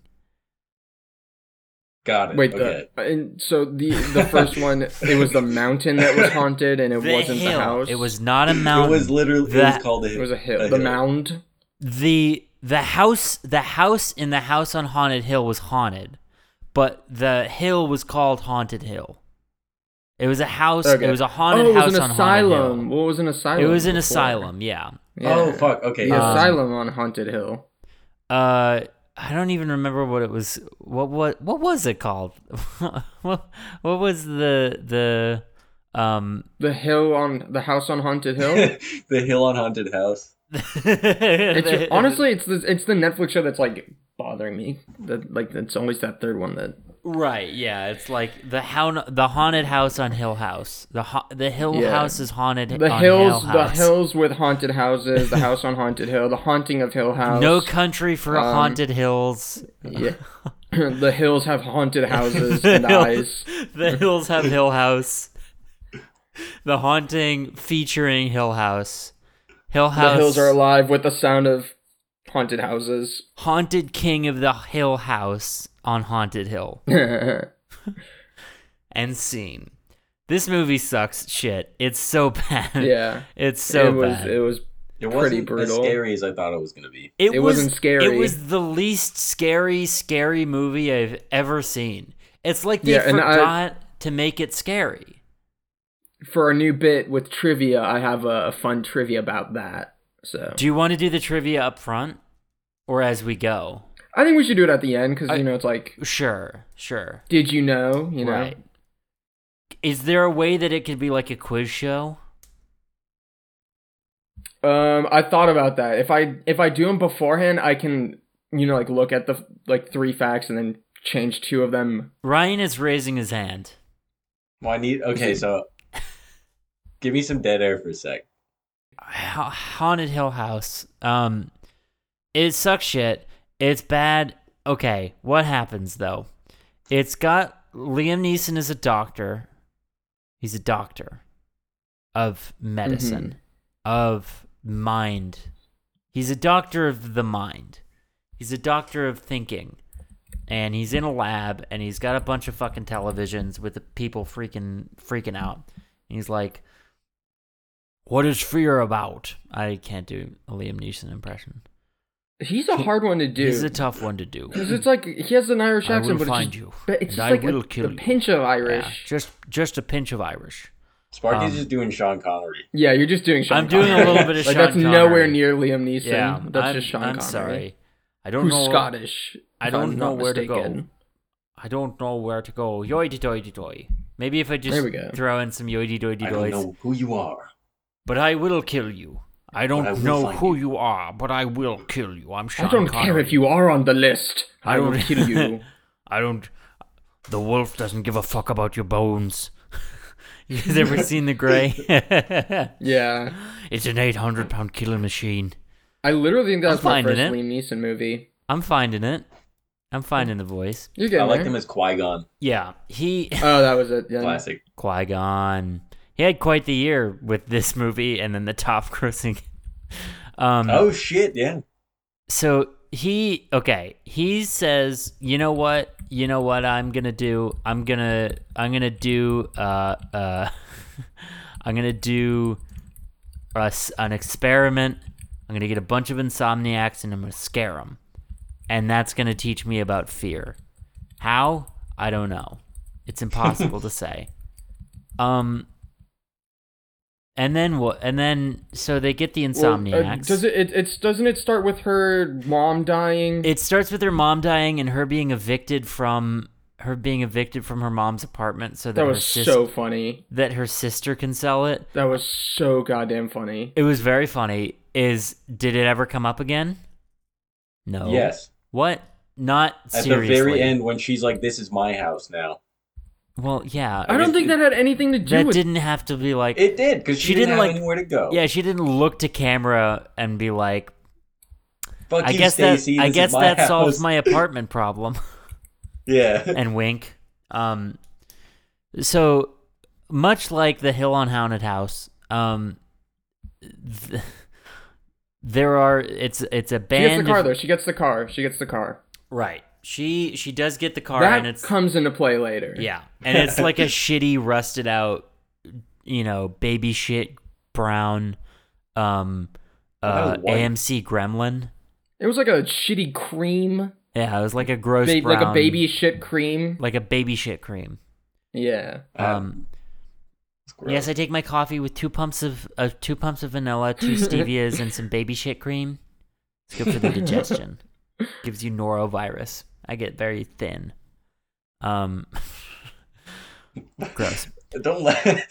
Speaker 2: Got it.
Speaker 3: Wait,
Speaker 2: okay.
Speaker 3: the, and so the the
Speaker 1: (laughs)
Speaker 3: first one it was the mountain that was haunted, and it
Speaker 1: the
Speaker 3: wasn't
Speaker 1: hill.
Speaker 3: the house.
Speaker 1: It was not a mountain.
Speaker 2: It was literally it
Speaker 1: That-
Speaker 2: was called a
Speaker 3: it
Speaker 2: hill.
Speaker 3: was a hill. the mound.
Speaker 1: the the house the house in the house on haunted hill was haunted but the hill was called haunted hill it was a house
Speaker 3: Okay.
Speaker 1: it was a haunted
Speaker 3: oh, it was
Speaker 1: house
Speaker 3: an
Speaker 1: on
Speaker 3: asylum.
Speaker 1: haunted
Speaker 3: What was an asylum?
Speaker 1: hill it was an
Speaker 3: before?
Speaker 1: asylum yeah
Speaker 3: Yeah.
Speaker 2: Oh fuck. Okay.
Speaker 3: The
Speaker 1: Um,
Speaker 3: asylum on haunted hill.
Speaker 1: uh i don't even remember what it was what what what was it called (laughs) what, what was the the um
Speaker 3: The hill on the house on haunted
Speaker 2: (laughs)
Speaker 3: hill.
Speaker 2: the hill on haunted house.
Speaker 1: (laughs)
Speaker 3: It's honestly, it's the it's the Netflix show that's like bothering me. That like it's always that third one that
Speaker 1: Right. Yeah. It's like the hound, the haunted house on Hill House. The ha- the Hill
Speaker 3: Yeah.
Speaker 1: House is haunted.
Speaker 3: the
Speaker 1: on Hill
Speaker 3: hills, the
Speaker 1: House.
Speaker 3: hills with haunted houses, the house on haunted hill, the haunting of Hill House. (laughs)
Speaker 1: No country for
Speaker 3: Um,
Speaker 1: haunted (laughs) hills.
Speaker 3: yeah. (laughs) the hills have haunted houses
Speaker 1: The (laughs)
Speaker 3: and eyes.
Speaker 1: hills- The hills have Hill House. The haunting featuring Hill House. Hill
Speaker 3: The
Speaker 1: House.
Speaker 3: hills are alive with the sound of haunted houses. (laughs)
Speaker 1: haunted king of the Hill House on Haunted Hill. End scene. This movie sucks shit. It's so (laughs) bad.
Speaker 3: yeah.
Speaker 1: It's so
Speaker 3: it was
Speaker 1: bad.
Speaker 3: it was
Speaker 2: It
Speaker 3: Pretty
Speaker 2: wasn't as
Speaker 3: brutal.
Speaker 2: scary as I thought it was gonna be.
Speaker 3: It wasn't scary.
Speaker 1: It was the least scary, scary movie I've ever seen. It's like they
Speaker 3: Yeah, and I-
Speaker 1: forgot to make it scary.
Speaker 3: for our new bit with trivia, I have a, a fun trivia about that. So
Speaker 1: Do you want to do the trivia up front or as we go?
Speaker 3: I think we should do it at the end because
Speaker 1: I-
Speaker 3: you know it's like,
Speaker 1: Sure, sure.
Speaker 3: did you know? You know,
Speaker 1: Right. Is there a way that it could be like a quiz show?
Speaker 3: um, I thought about that. If I if I do them beforehand, I can you know like look at the like three facts and then change two of them.
Speaker 1: Ryan is raising his hand.
Speaker 2: Well, I need okay, so
Speaker 1: (laughs)
Speaker 2: give me some dead air for a sec.
Speaker 1: Ha- Haunted Hill House. Um, it sucks shit. It's bad. Okay, what happens though? It's got Liam Neeson is a doctor. He's a doctor of medicine, of mind. He's a doctor of the mind. He's a doctor of thinking. And he's in a lab and he's got a bunch of fucking televisions with the people freaking freaking out. And he's like, What is fear about? I can't do a Liam Neeson impression.
Speaker 3: He's a hard one to do.
Speaker 1: He's a tough one to do.
Speaker 3: Because it's like he has an Irish
Speaker 1: I
Speaker 3: accent,
Speaker 1: will
Speaker 3: but
Speaker 1: find
Speaker 3: it's just,
Speaker 1: you,
Speaker 3: but it's
Speaker 1: and
Speaker 3: just
Speaker 1: I
Speaker 3: like
Speaker 1: will
Speaker 3: a,
Speaker 1: kill
Speaker 3: a
Speaker 1: you.
Speaker 3: pinch of Irish.
Speaker 1: Yeah, just just a pinch of Irish.
Speaker 2: Sparky's
Speaker 1: Um,
Speaker 2: just doing Sean Connery.
Speaker 3: Yeah, you're just doing Sean.
Speaker 1: I'm doing a
Speaker 3: Connery.
Speaker 1: little bit of
Speaker 3: (laughs) like
Speaker 1: Sean
Speaker 3: that's nowhere
Speaker 1: Connery.
Speaker 3: near Liam Neeson.
Speaker 1: Yeah,
Speaker 3: that's
Speaker 1: I'm,
Speaker 3: just Sean
Speaker 1: I'm
Speaker 3: Connery.
Speaker 1: sorry. I don't
Speaker 3: Who's
Speaker 1: know.
Speaker 3: Scottish?
Speaker 1: I
Speaker 3: if
Speaker 1: don't
Speaker 3: I'm
Speaker 1: know
Speaker 3: not
Speaker 1: where to go.
Speaker 3: mistaken.
Speaker 1: I don't know where to go. Yoidi doidi doy. Maybe if I just
Speaker 3: There we go.
Speaker 1: throw in some yoidi doidi
Speaker 2: I don't
Speaker 1: doys.
Speaker 2: know who you are.
Speaker 1: But I will kill you. I don't
Speaker 2: I will
Speaker 1: know
Speaker 2: find
Speaker 1: who you. are, but I will kill you. I'm Sean
Speaker 3: I don't care
Speaker 1: Connery.
Speaker 3: if you are on the list.
Speaker 1: I
Speaker 3: I, will
Speaker 1: don't- (laughs)
Speaker 3: kill you.
Speaker 1: I don't. The wolf doesn't give a fuck about your bones. (laughs) you guys (laughs) ever seen The Gray?
Speaker 3: yeah,
Speaker 1: it's an 800 pound killing machine.
Speaker 3: I literally think that
Speaker 1: I'm
Speaker 3: was my
Speaker 1: finding it.
Speaker 3: first Liam Neeson movie.
Speaker 1: I'm finding it. I'm finding the voice.
Speaker 3: You're
Speaker 2: I
Speaker 3: getting
Speaker 2: liked
Speaker 3: there.
Speaker 2: him as Qui Gon.
Speaker 1: Yeah, he (laughs)
Speaker 3: oh, that was it.
Speaker 1: Mm.
Speaker 3: Yeah.
Speaker 2: Classic.
Speaker 1: Qui Gon. He had quite the year with this movie, and then the top (laughs) grossing. Um,
Speaker 2: Oh shit, yeah.
Speaker 1: so he okay he says you know what you know what i'm gonna do i'm gonna i'm gonna do uh uh (laughs) i'm gonna do a s an experiment i'm gonna get a bunch of insomniacs and i'm gonna scare them and that's gonna teach me about fear how i don't know it's impossible
Speaker 3: (laughs)
Speaker 1: to say um and then what and then so they get the
Speaker 3: Well, uh,
Speaker 1: insomniacs
Speaker 3: does it, it? It's doesn't it start with her mom dying?
Speaker 1: it starts with her mom dying and her being evicted from her being evicted from her mom's apartment so that,
Speaker 3: that
Speaker 1: her
Speaker 3: was
Speaker 1: sis-
Speaker 3: so funny.
Speaker 1: that her sister can sell it.
Speaker 3: That was so goddamn funny.
Speaker 1: It was very funny. Is did it ever come up again? No.
Speaker 2: Yes.
Speaker 1: What? Not Oh,
Speaker 2: At
Speaker 1: seriously.
Speaker 2: the very end when she's like, This is my house now.
Speaker 1: Well, yeah.
Speaker 3: I don't think that had anything to do
Speaker 1: that
Speaker 3: with
Speaker 1: didn't have to be like
Speaker 2: It did, because she,
Speaker 1: She
Speaker 2: didn't,
Speaker 1: didn't,
Speaker 2: have
Speaker 1: like-
Speaker 2: anywhere to go.
Speaker 1: Yeah, she didn't look to camera and be like,
Speaker 2: Fuck
Speaker 1: I
Speaker 2: you,
Speaker 1: guess
Speaker 2: Stacy.
Speaker 1: that I
Speaker 2: this is
Speaker 1: guess
Speaker 2: my
Speaker 1: that
Speaker 2: house.
Speaker 1: solves my apartment problem.
Speaker 2: (laughs) Yeah.
Speaker 1: and wink. Um, so much like the Hill on Haunted House, um, th- there are it's it's a
Speaker 3: She
Speaker 1: band.
Speaker 3: gets the car
Speaker 1: of-
Speaker 3: though. She gets the car. She gets the car.
Speaker 1: Right. She she does get the car,
Speaker 3: that
Speaker 1: and it's
Speaker 3: comes into play later.
Speaker 1: yeah, and it's like a shitty, rusted out, you know, baby shit brown, um,
Speaker 3: Oh,
Speaker 2: Well,
Speaker 1: uh,
Speaker 2: that was white.
Speaker 1: AMC Gremlin.
Speaker 3: It was like a shitty cream,
Speaker 1: Yeah, it was like a gross
Speaker 3: ba-
Speaker 1: brown,
Speaker 3: like a baby shit cream.
Speaker 1: like a baby shit cream.
Speaker 3: Yeah.
Speaker 1: Um,
Speaker 2: It's gross.
Speaker 1: Yes, I take my coffee with two pumps of uh, two pumps of vanilla,
Speaker 3: (laughs)
Speaker 1: two stevias, and some baby shit cream. It's good for the
Speaker 3: (laughs)
Speaker 1: digestion. Gives you norovirus. I get very thin. Um, gross.
Speaker 2: Don't let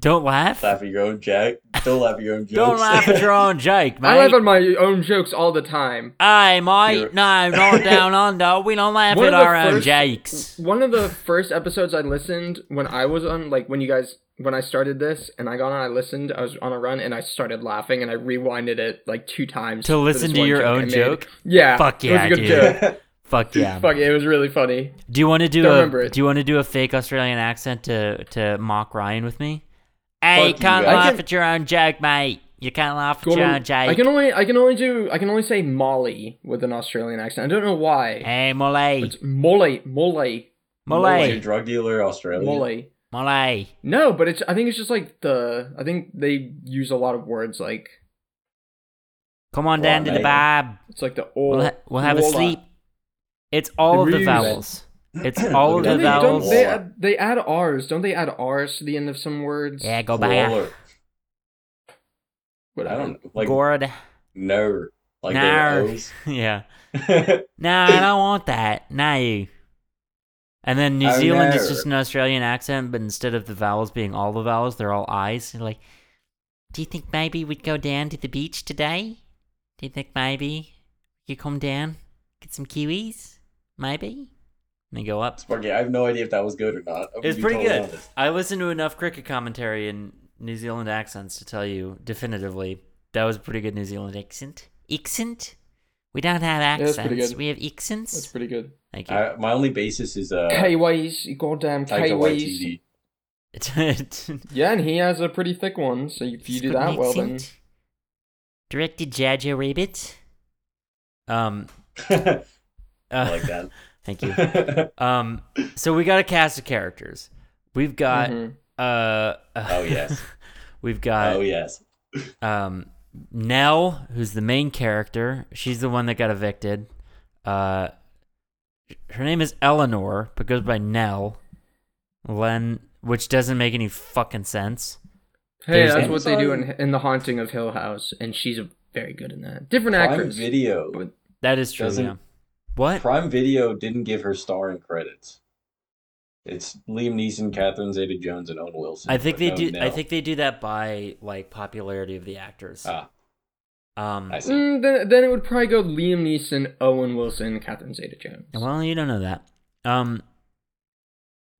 Speaker 1: Don't laugh.
Speaker 2: (laughs) Laugh at your own jack. Don't laugh at your own jokes.
Speaker 1: Don't laugh
Speaker 2: (laughs)
Speaker 1: at your
Speaker 3: (laughs)
Speaker 1: own joke,
Speaker 3: I laugh
Speaker 1: mate.
Speaker 3: at my own jokes all the time.
Speaker 1: Aye, mate.
Speaker 2: You're-
Speaker 1: No,
Speaker 3: (laughs)
Speaker 1: not down under. We don't laugh
Speaker 3: One
Speaker 1: at
Speaker 3: of the
Speaker 1: our own
Speaker 3: first-
Speaker 1: jakes.
Speaker 3: One of the first episodes I listened when I was on, like when you guys, when I started this and I got on, I listened, I was on a run and I started laughing and I rewinded it like two times.
Speaker 1: To
Speaker 3: for
Speaker 1: listen
Speaker 3: this
Speaker 1: to
Speaker 3: one
Speaker 1: your
Speaker 3: joke I
Speaker 1: own
Speaker 3: made.
Speaker 1: joke.
Speaker 3: Yeah.
Speaker 1: Fuck
Speaker 3: it was
Speaker 1: yeah,
Speaker 3: a good
Speaker 1: dude.
Speaker 3: joke.
Speaker 1: Fuck yeah.
Speaker 3: (laughs) Fuck, it was really funny.
Speaker 1: Do you want to do
Speaker 3: Don't
Speaker 1: a
Speaker 3: remember it.
Speaker 1: Do you want to do a fake Australian accent to to mock Ryan with me? Hey, you
Speaker 2: Fuck you,
Speaker 1: can't
Speaker 2: guys.
Speaker 3: I
Speaker 1: laugh
Speaker 3: can-
Speaker 1: at your own joke, mate. You can't laugh at
Speaker 3: Go
Speaker 1: your
Speaker 3: on.
Speaker 1: own joke.
Speaker 3: I can only I can only do I can only say Molly with an Australian accent. I don't know why.
Speaker 1: Hey, Molly,
Speaker 3: It's Molly, Molly,
Speaker 2: Like a
Speaker 1: Molly,
Speaker 2: drug dealer, Australia.
Speaker 3: Molly.
Speaker 1: Molly.
Speaker 3: No, but it's I think it's just like the I think they use a lot of words like
Speaker 1: Come on
Speaker 2: Come
Speaker 1: down
Speaker 2: on,
Speaker 1: to the
Speaker 2: mate.
Speaker 1: bar.
Speaker 3: it's like the
Speaker 1: We'll,
Speaker 3: old.
Speaker 1: ha- we'll have a
Speaker 3: Wola.
Speaker 1: sleep. It's all of the
Speaker 3: Reuse.
Speaker 1: vowels. It's all of
Speaker 2: Look at
Speaker 1: the
Speaker 3: Don't they,
Speaker 2: that.
Speaker 3: don't
Speaker 1: vowels.
Speaker 3: they, add, they add R's? Don't they add R's to the end of some words?
Speaker 1: Yeah, go back.
Speaker 2: Baller. I
Speaker 3: Whatever.
Speaker 2: don't like
Speaker 1: Gourd.
Speaker 2: no. Like
Speaker 1: Nar.
Speaker 2: their (laughs) O's.
Speaker 1: (laughs) yeah. No, I don't want that. No. you. And then New
Speaker 2: Oh,
Speaker 1: Zealand is
Speaker 2: no.
Speaker 1: just an Australian accent, but instead of the vowels being all the vowels, they're all I's. They're like, do you think maybe we'd go down to the beach today? Do you think maybe you come down, get some kiwis? Maybe? And they go up.
Speaker 2: Sparky, I have no idea if that was good or not. I'm
Speaker 1: It's
Speaker 2: gonna be
Speaker 1: pretty
Speaker 2: totally
Speaker 1: good.
Speaker 2: honest.
Speaker 1: I listened to enough cricket commentary in New Zealand accents to tell you definitively that was a pretty good New Zealand accent. Accent? We don't have
Speaker 3: Yeah, that's pretty
Speaker 1: accents.
Speaker 3: good.
Speaker 1: we have
Speaker 3: That's
Speaker 1: accents.
Speaker 3: pretty good.
Speaker 1: Thank you.
Speaker 2: I, my only basis is uh,
Speaker 3: K-Ways, you goddamn
Speaker 2: Taika
Speaker 3: K-Ways.
Speaker 2: Waititi.
Speaker 1: (laughs)
Speaker 3: Yeah, and he has a pretty thick one, so if you do that well, then
Speaker 1: Directed Jaja Rabbit. Um, uh,
Speaker 2: (laughs) I like that.
Speaker 1: (laughs)
Speaker 2: (laughs)
Speaker 1: thank you. Um, so we got a cast of characters. We've got
Speaker 3: Mhm.
Speaker 1: uh,
Speaker 2: Mm-hmm. Oh, yes.
Speaker 1: (laughs) we've got
Speaker 2: oh yes.
Speaker 1: um, Nell, who's the main character. She's the one that got evicted. Uh, her name is Eleanor, but goes by Nell. Len, which doesn't make any fucking sense.
Speaker 3: Hey,
Speaker 1: There's
Speaker 3: that's
Speaker 1: that.
Speaker 3: what they do in, in The Haunting of Hill House, and she's a, very good in that. Different
Speaker 2: Prime
Speaker 3: actress.
Speaker 2: Video.
Speaker 1: That is true.
Speaker 2: Doesn't-
Speaker 1: yeah. What?
Speaker 2: Prime Video didn't give her starring credits. It's Liam Neeson, Catherine Zeta-Jones, and Owen Wilson.
Speaker 1: I think
Speaker 2: but
Speaker 1: they
Speaker 2: no
Speaker 1: do. I
Speaker 2: Nell.
Speaker 1: think they do that by like popularity of the actors.
Speaker 2: Ah,
Speaker 1: um,
Speaker 2: I see.
Speaker 3: Mm, then, then it would probably go Liam Neeson, Owen Wilson, Catherine Zeta-Jones.
Speaker 1: well, you don't know that. Um,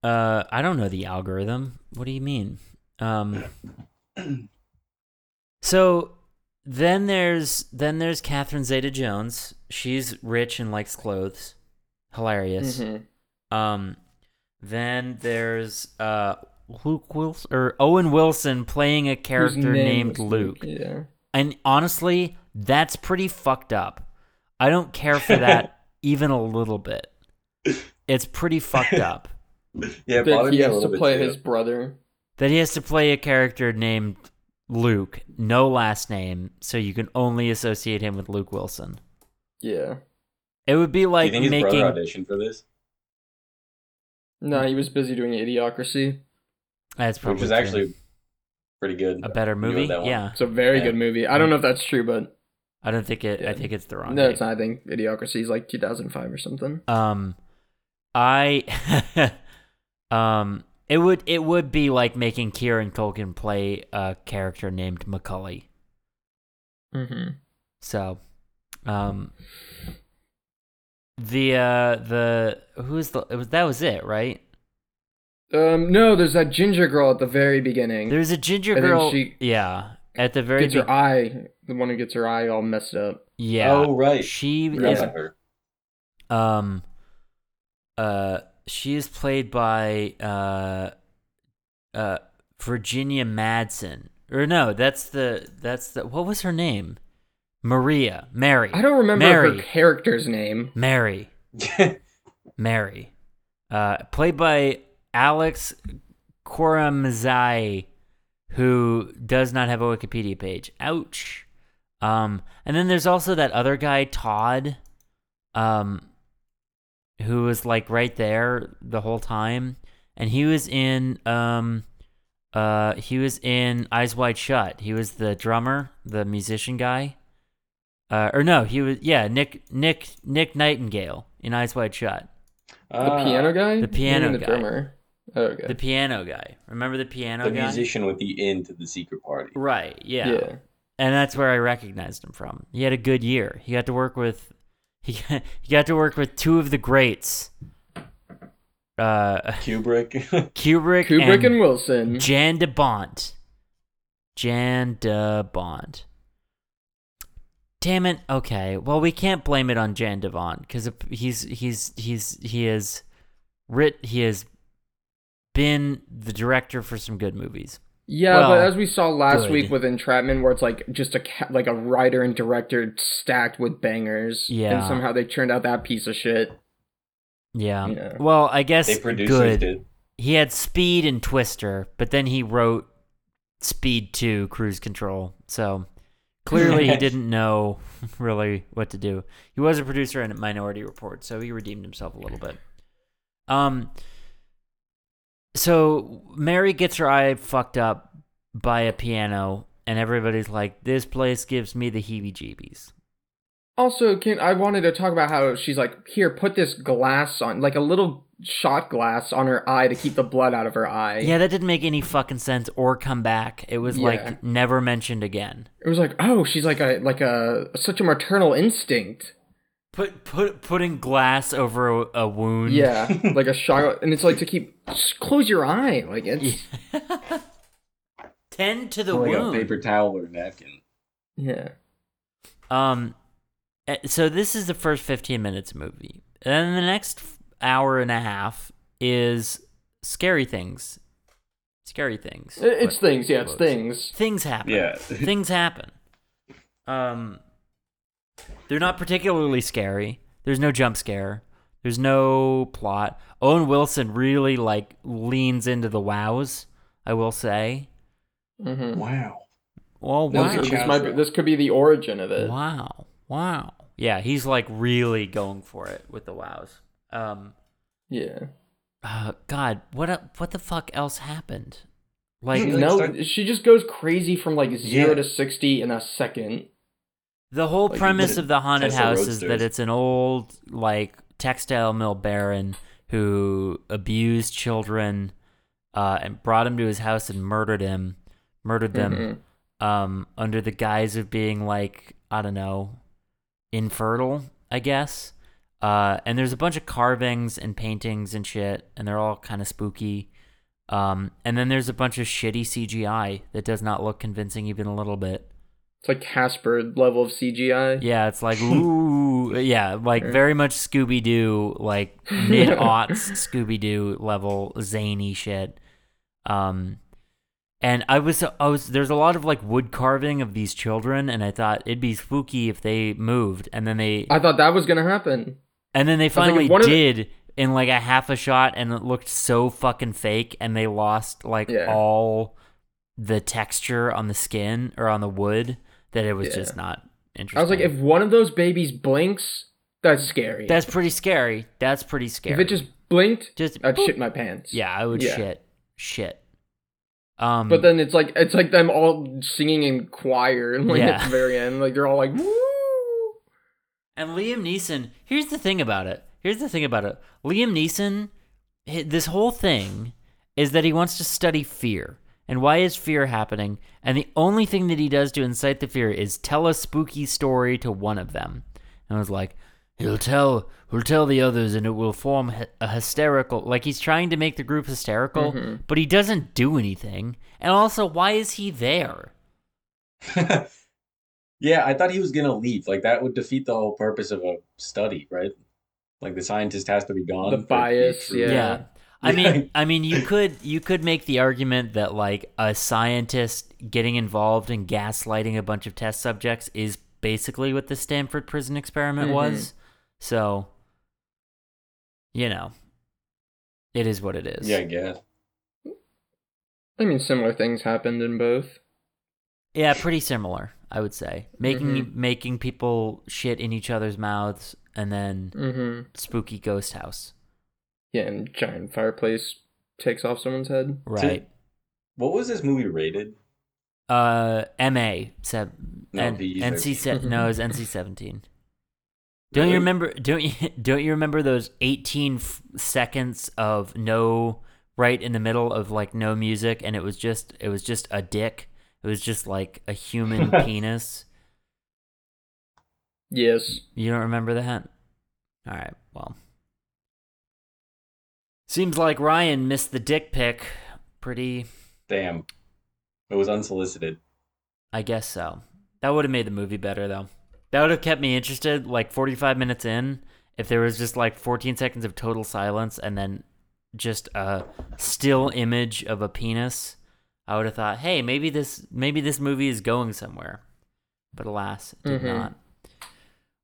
Speaker 1: uh, I don't know the algorithm. What do you mean?
Speaker 2: (clears throat)
Speaker 1: Um, so then there's then there's Catherine Zeta-Jones. She's rich and likes clothes. Hilarious.
Speaker 3: Mhm.
Speaker 1: Um, then there's uh Luke Wilson or Owen Wilson playing a
Speaker 3: Whose
Speaker 1: character
Speaker 3: name
Speaker 1: named
Speaker 3: was
Speaker 1: Luke.
Speaker 3: Yeah.
Speaker 1: And honestly, that's pretty fucked up. I don't care for
Speaker 2: (laughs)
Speaker 1: that even a little bit. It's pretty fucked up
Speaker 2: yeah, it
Speaker 3: That
Speaker 2: bothered
Speaker 3: he
Speaker 2: me a
Speaker 3: has
Speaker 2: little
Speaker 3: to
Speaker 2: bit
Speaker 3: play
Speaker 2: too.
Speaker 3: his brother.
Speaker 1: that he has to play a character named Luke, no last name, so you can only associate him with Luke Wilson.
Speaker 3: Yeah.
Speaker 1: It would be
Speaker 2: Do
Speaker 1: like
Speaker 2: you think his brother
Speaker 1: making
Speaker 2: auditioned for this?
Speaker 3: No, he was busy doing Idiocracy.
Speaker 1: that's probably
Speaker 2: Which is
Speaker 1: true.
Speaker 2: actually pretty good.
Speaker 1: a better
Speaker 2: You know
Speaker 1: movie.
Speaker 2: that one.
Speaker 1: Yeah,
Speaker 3: It's a very
Speaker 2: Yeah.
Speaker 3: good movie. I don't know if that's true, but
Speaker 1: I don't think it. I
Speaker 3: Yeah.
Speaker 1: think it's the wrong.
Speaker 3: no,
Speaker 1: name.
Speaker 3: it's not. I think Idiocracy is like 2005 or something.
Speaker 1: Um, I, (laughs) um, it would it would be like making Kieran Culkin play a character named McCully.
Speaker 3: Mm-hmm.
Speaker 1: So, um, the uh the who's the it was that was it right?
Speaker 3: Um, no, there's that ginger girl at the very beginning.
Speaker 1: There's a ginger
Speaker 3: And then
Speaker 1: girl.
Speaker 3: she
Speaker 1: yeah, at the very
Speaker 3: gets
Speaker 1: be-
Speaker 3: her eye, the one who gets her eye all messed up.
Speaker 1: yeah.
Speaker 2: Oh right.
Speaker 1: She
Speaker 2: Forgot
Speaker 1: is
Speaker 2: about her.
Speaker 1: um uh she is played by uh uh Virginia Madsen. Or no, that's the that's the what was her name? Maria. Mary.
Speaker 3: I don't remember
Speaker 1: Mary.
Speaker 3: her character's name.
Speaker 1: Mary.
Speaker 2: (laughs)
Speaker 1: Mary. Uh played by Alex Koramzai, who does not have a Wikipedia page. Ouch. Um and then there's also that other guy, Todd, um who was like right there the whole time. And he was in um uh he was in Eyes Wide Shut. He was the drummer, the musician guy. Uh, or no, he was yeah, Nick Nick Nick Nightingale in Eyes Wide Shut.
Speaker 2: Ah,
Speaker 3: The piano guy?
Speaker 1: Uh, the piano
Speaker 3: and the
Speaker 1: guy.
Speaker 3: drummer. Oh, Okay.
Speaker 1: The piano guy. Remember the piano
Speaker 2: the
Speaker 1: guy?
Speaker 2: musician with the in to the secret party.
Speaker 1: Right. Yeah. And that's where I recognized him from. He had a good year. He got to work with (laughs) he got, he got to work with two of the greats. Uh
Speaker 2: Kubrick. (laughs)
Speaker 1: Kubrick,
Speaker 3: Kubrick and, Wilson.
Speaker 1: Jan de Bont. Jan de Bont. Damn it. Okay. Well, we can't blame it on Jan de Bont because he's he's he's he is writ he has been the director for some good movies.
Speaker 3: yeah, but
Speaker 1: well,
Speaker 3: as we saw last
Speaker 1: good.
Speaker 3: week with Entrapment, where it's like just a ca- like a writer and director stacked with bangers.
Speaker 1: Yeah.
Speaker 3: And somehow they turned out that piece of shit.
Speaker 1: Yeah.
Speaker 3: Yeah.
Speaker 1: Well, I guess
Speaker 2: they producers
Speaker 1: good.
Speaker 2: did.
Speaker 1: He had Speed and Twister, but then he wrote Speed 2 Cruise Control. So clearly
Speaker 3: (laughs)
Speaker 1: he didn't know (laughs) really what to do. He was a producer in Minority Report, so he redeemed himself a little bit. Um so Mary gets her eye fucked up by a piano and everybody's like this place gives me the heebie-jeebies.
Speaker 3: Also, can I wanted to talk about how she's like, here, put this glass on, like a little shot glass on her eye to keep the blood out of her eye.
Speaker 1: Yeah, that didn't make any fucking sense or come back. It was
Speaker 3: Yeah.
Speaker 1: like never mentioned again.
Speaker 3: It was like, oh, she's like a like a such a maternal instinct.
Speaker 1: Put put putting glass over a, a wound.
Speaker 3: Yeah, like a shot, and it's like to keep just close your eye, like it's
Speaker 1: Tend to the
Speaker 2: Oh, Like a
Speaker 1: wound.
Speaker 2: paper towel or napkin.
Speaker 3: yeah.
Speaker 1: Um, eh, so this is the first fifteen minutes of movie, and then the next f- hour and a half is scary things. Scary things.
Speaker 3: It- It's
Speaker 1: What-
Speaker 3: things, yeah, it's
Speaker 1: what-
Speaker 3: things.
Speaker 1: Things happen.
Speaker 2: Yeah.
Speaker 1: (laughs) things happen. Um, they're not particularly scary. There's no jump scare. There's no plot. Owen Wilson really like leans into the wows. I will say.
Speaker 3: Mm-hmm.
Speaker 1: Hmm.
Speaker 2: Wow. (laughs)
Speaker 1: Well,
Speaker 2: No,
Speaker 1: wow.
Speaker 2: it's a
Speaker 3: This
Speaker 2: challenge.
Speaker 3: might be, this could be the origin of it.
Speaker 1: Wow. Wow. Yeah, he's like really going for it with the wows. Um
Speaker 3: Yeah.
Speaker 1: uh, god, what a, what the fuck else happened? Like
Speaker 2: Hmm. like,
Speaker 3: No,
Speaker 2: start-
Speaker 3: she just goes crazy from like zero
Speaker 2: Yeah.
Speaker 3: to sixty in a second.
Speaker 1: the whole
Speaker 2: Like,
Speaker 1: premise
Speaker 2: what
Speaker 1: of the haunted
Speaker 2: Tesla
Speaker 1: house is that
Speaker 2: Roadsters.
Speaker 1: it's an old like textile mill baron who abused children uh, and brought him to his house and murdered him, murdered them
Speaker 2: Mm-hmm.
Speaker 3: Mm-hmm.
Speaker 1: um, under the guise of being like I don't know, infertile, I guess. Uh, and there's a bunch of carvings and paintings and shit, and they're all kind of spooky. Um, and then there's a bunch of shitty CGI that does not look convincing even a little bit.
Speaker 3: It's like Casper level of CGI.
Speaker 1: Yeah, it's
Speaker 3: (laughs)
Speaker 1: like ooh, yeah, like
Speaker 3: Sure.
Speaker 1: very much Scooby Doo,
Speaker 3: (laughs)
Speaker 1: like mid aughts Scooby Doo level zany shit. Um, and I was, I was, there's a lot of like wood carving of these children, and I thought it'd be spooky if they moved, and then they,
Speaker 3: I thought that was gonna happen.
Speaker 1: and then they
Speaker 3: like,
Speaker 1: finally
Speaker 3: one of the-
Speaker 1: did in like a half a shot, and it looked so fucking fake, and they lost like
Speaker 3: Yeah.
Speaker 1: all the texture on the skin or on the wood that it was
Speaker 3: Yeah.
Speaker 1: just not interesting.
Speaker 3: I was like, if one of those babies blinks, that's scary.
Speaker 1: That's pretty scary. That's pretty scary.
Speaker 3: if it just blinked,
Speaker 1: Just
Speaker 3: I'd
Speaker 1: boop.
Speaker 3: shit my pants.
Speaker 1: yeah, I would
Speaker 3: Yeah.
Speaker 1: shit shit. Um,
Speaker 3: But then it's like it's like them all singing in choir (laughs) like at
Speaker 1: Yeah.
Speaker 3: the very end. Like they're
Speaker 1: (laughs)
Speaker 3: all like woo.
Speaker 1: and Liam Neeson. Here's the thing about it. Here's the thing about it. Liam Neeson. hi- This whole thing is that he wants to study fear and why is fear happening. And the only thing that he does to incite the fear is tell a spooky story to one of them. And I was like, he'll tell, he'll tell the others, and it will form hy- a hysterical. Like he's trying to make the group hysterical, but he doesn't do anything. And also, why is he there?
Speaker 2: yeah, I thought he was gonna leave. Like that would defeat the whole purpose of a study, right? Like the scientist has to be gone.
Speaker 3: The
Speaker 2: for it to be
Speaker 3: bias,
Speaker 2: true.
Speaker 1: Yeah.
Speaker 3: yeah.
Speaker 1: I
Speaker 2: Yeah.
Speaker 1: mean, I mean, you could you could make the argument that like a scientist getting involved in gaslighting a bunch of test subjects is basically what the Stanford prison experiment
Speaker 3: Mhm.
Speaker 1: was. So, you know, it is what it is.
Speaker 2: Yeah, I guess.
Speaker 3: I mean, similar things happened in both.
Speaker 1: Yeah, pretty similar, I would say. Making making people shit in each other's mouths, and then
Speaker 3: Mm-hmm.
Speaker 1: spooky ghost house.
Speaker 3: Yeah, and giant fireplace takes off someone's head.
Speaker 1: Right.
Speaker 2: What was this movie rated?
Speaker 1: Uh, MA seven.
Speaker 2: No, E
Speaker 1: N-
Speaker 2: PG-13.
Speaker 1: NC se- no, it's NC seventeen. Don't
Speaker 2: Really?
Speaker 1: you (laughs) remember? Don't you don't you remember those eighteen f- seconds of no right in the middle of like no music and it was just it was just a dick. It was just like a human penis.
Speaker 3: Yes.
Speaker 1: You don't remember that? All right. Well, seems like Ryan missed the dick pic. Pretty,
Speaker 2: Damn. It was unsolicited. (laughs)
Speaker 1: I guess so. That would have made the movie better though. That would have kept me interested. Like 45 minutes in, if there was just like 14 seconds of total silence and then just a still image of a penis, I would have thought, hey, maybe this maybe this movie is going somewhere. But alas, it did
Speaker 3: Mhm.
Speaker 1: not.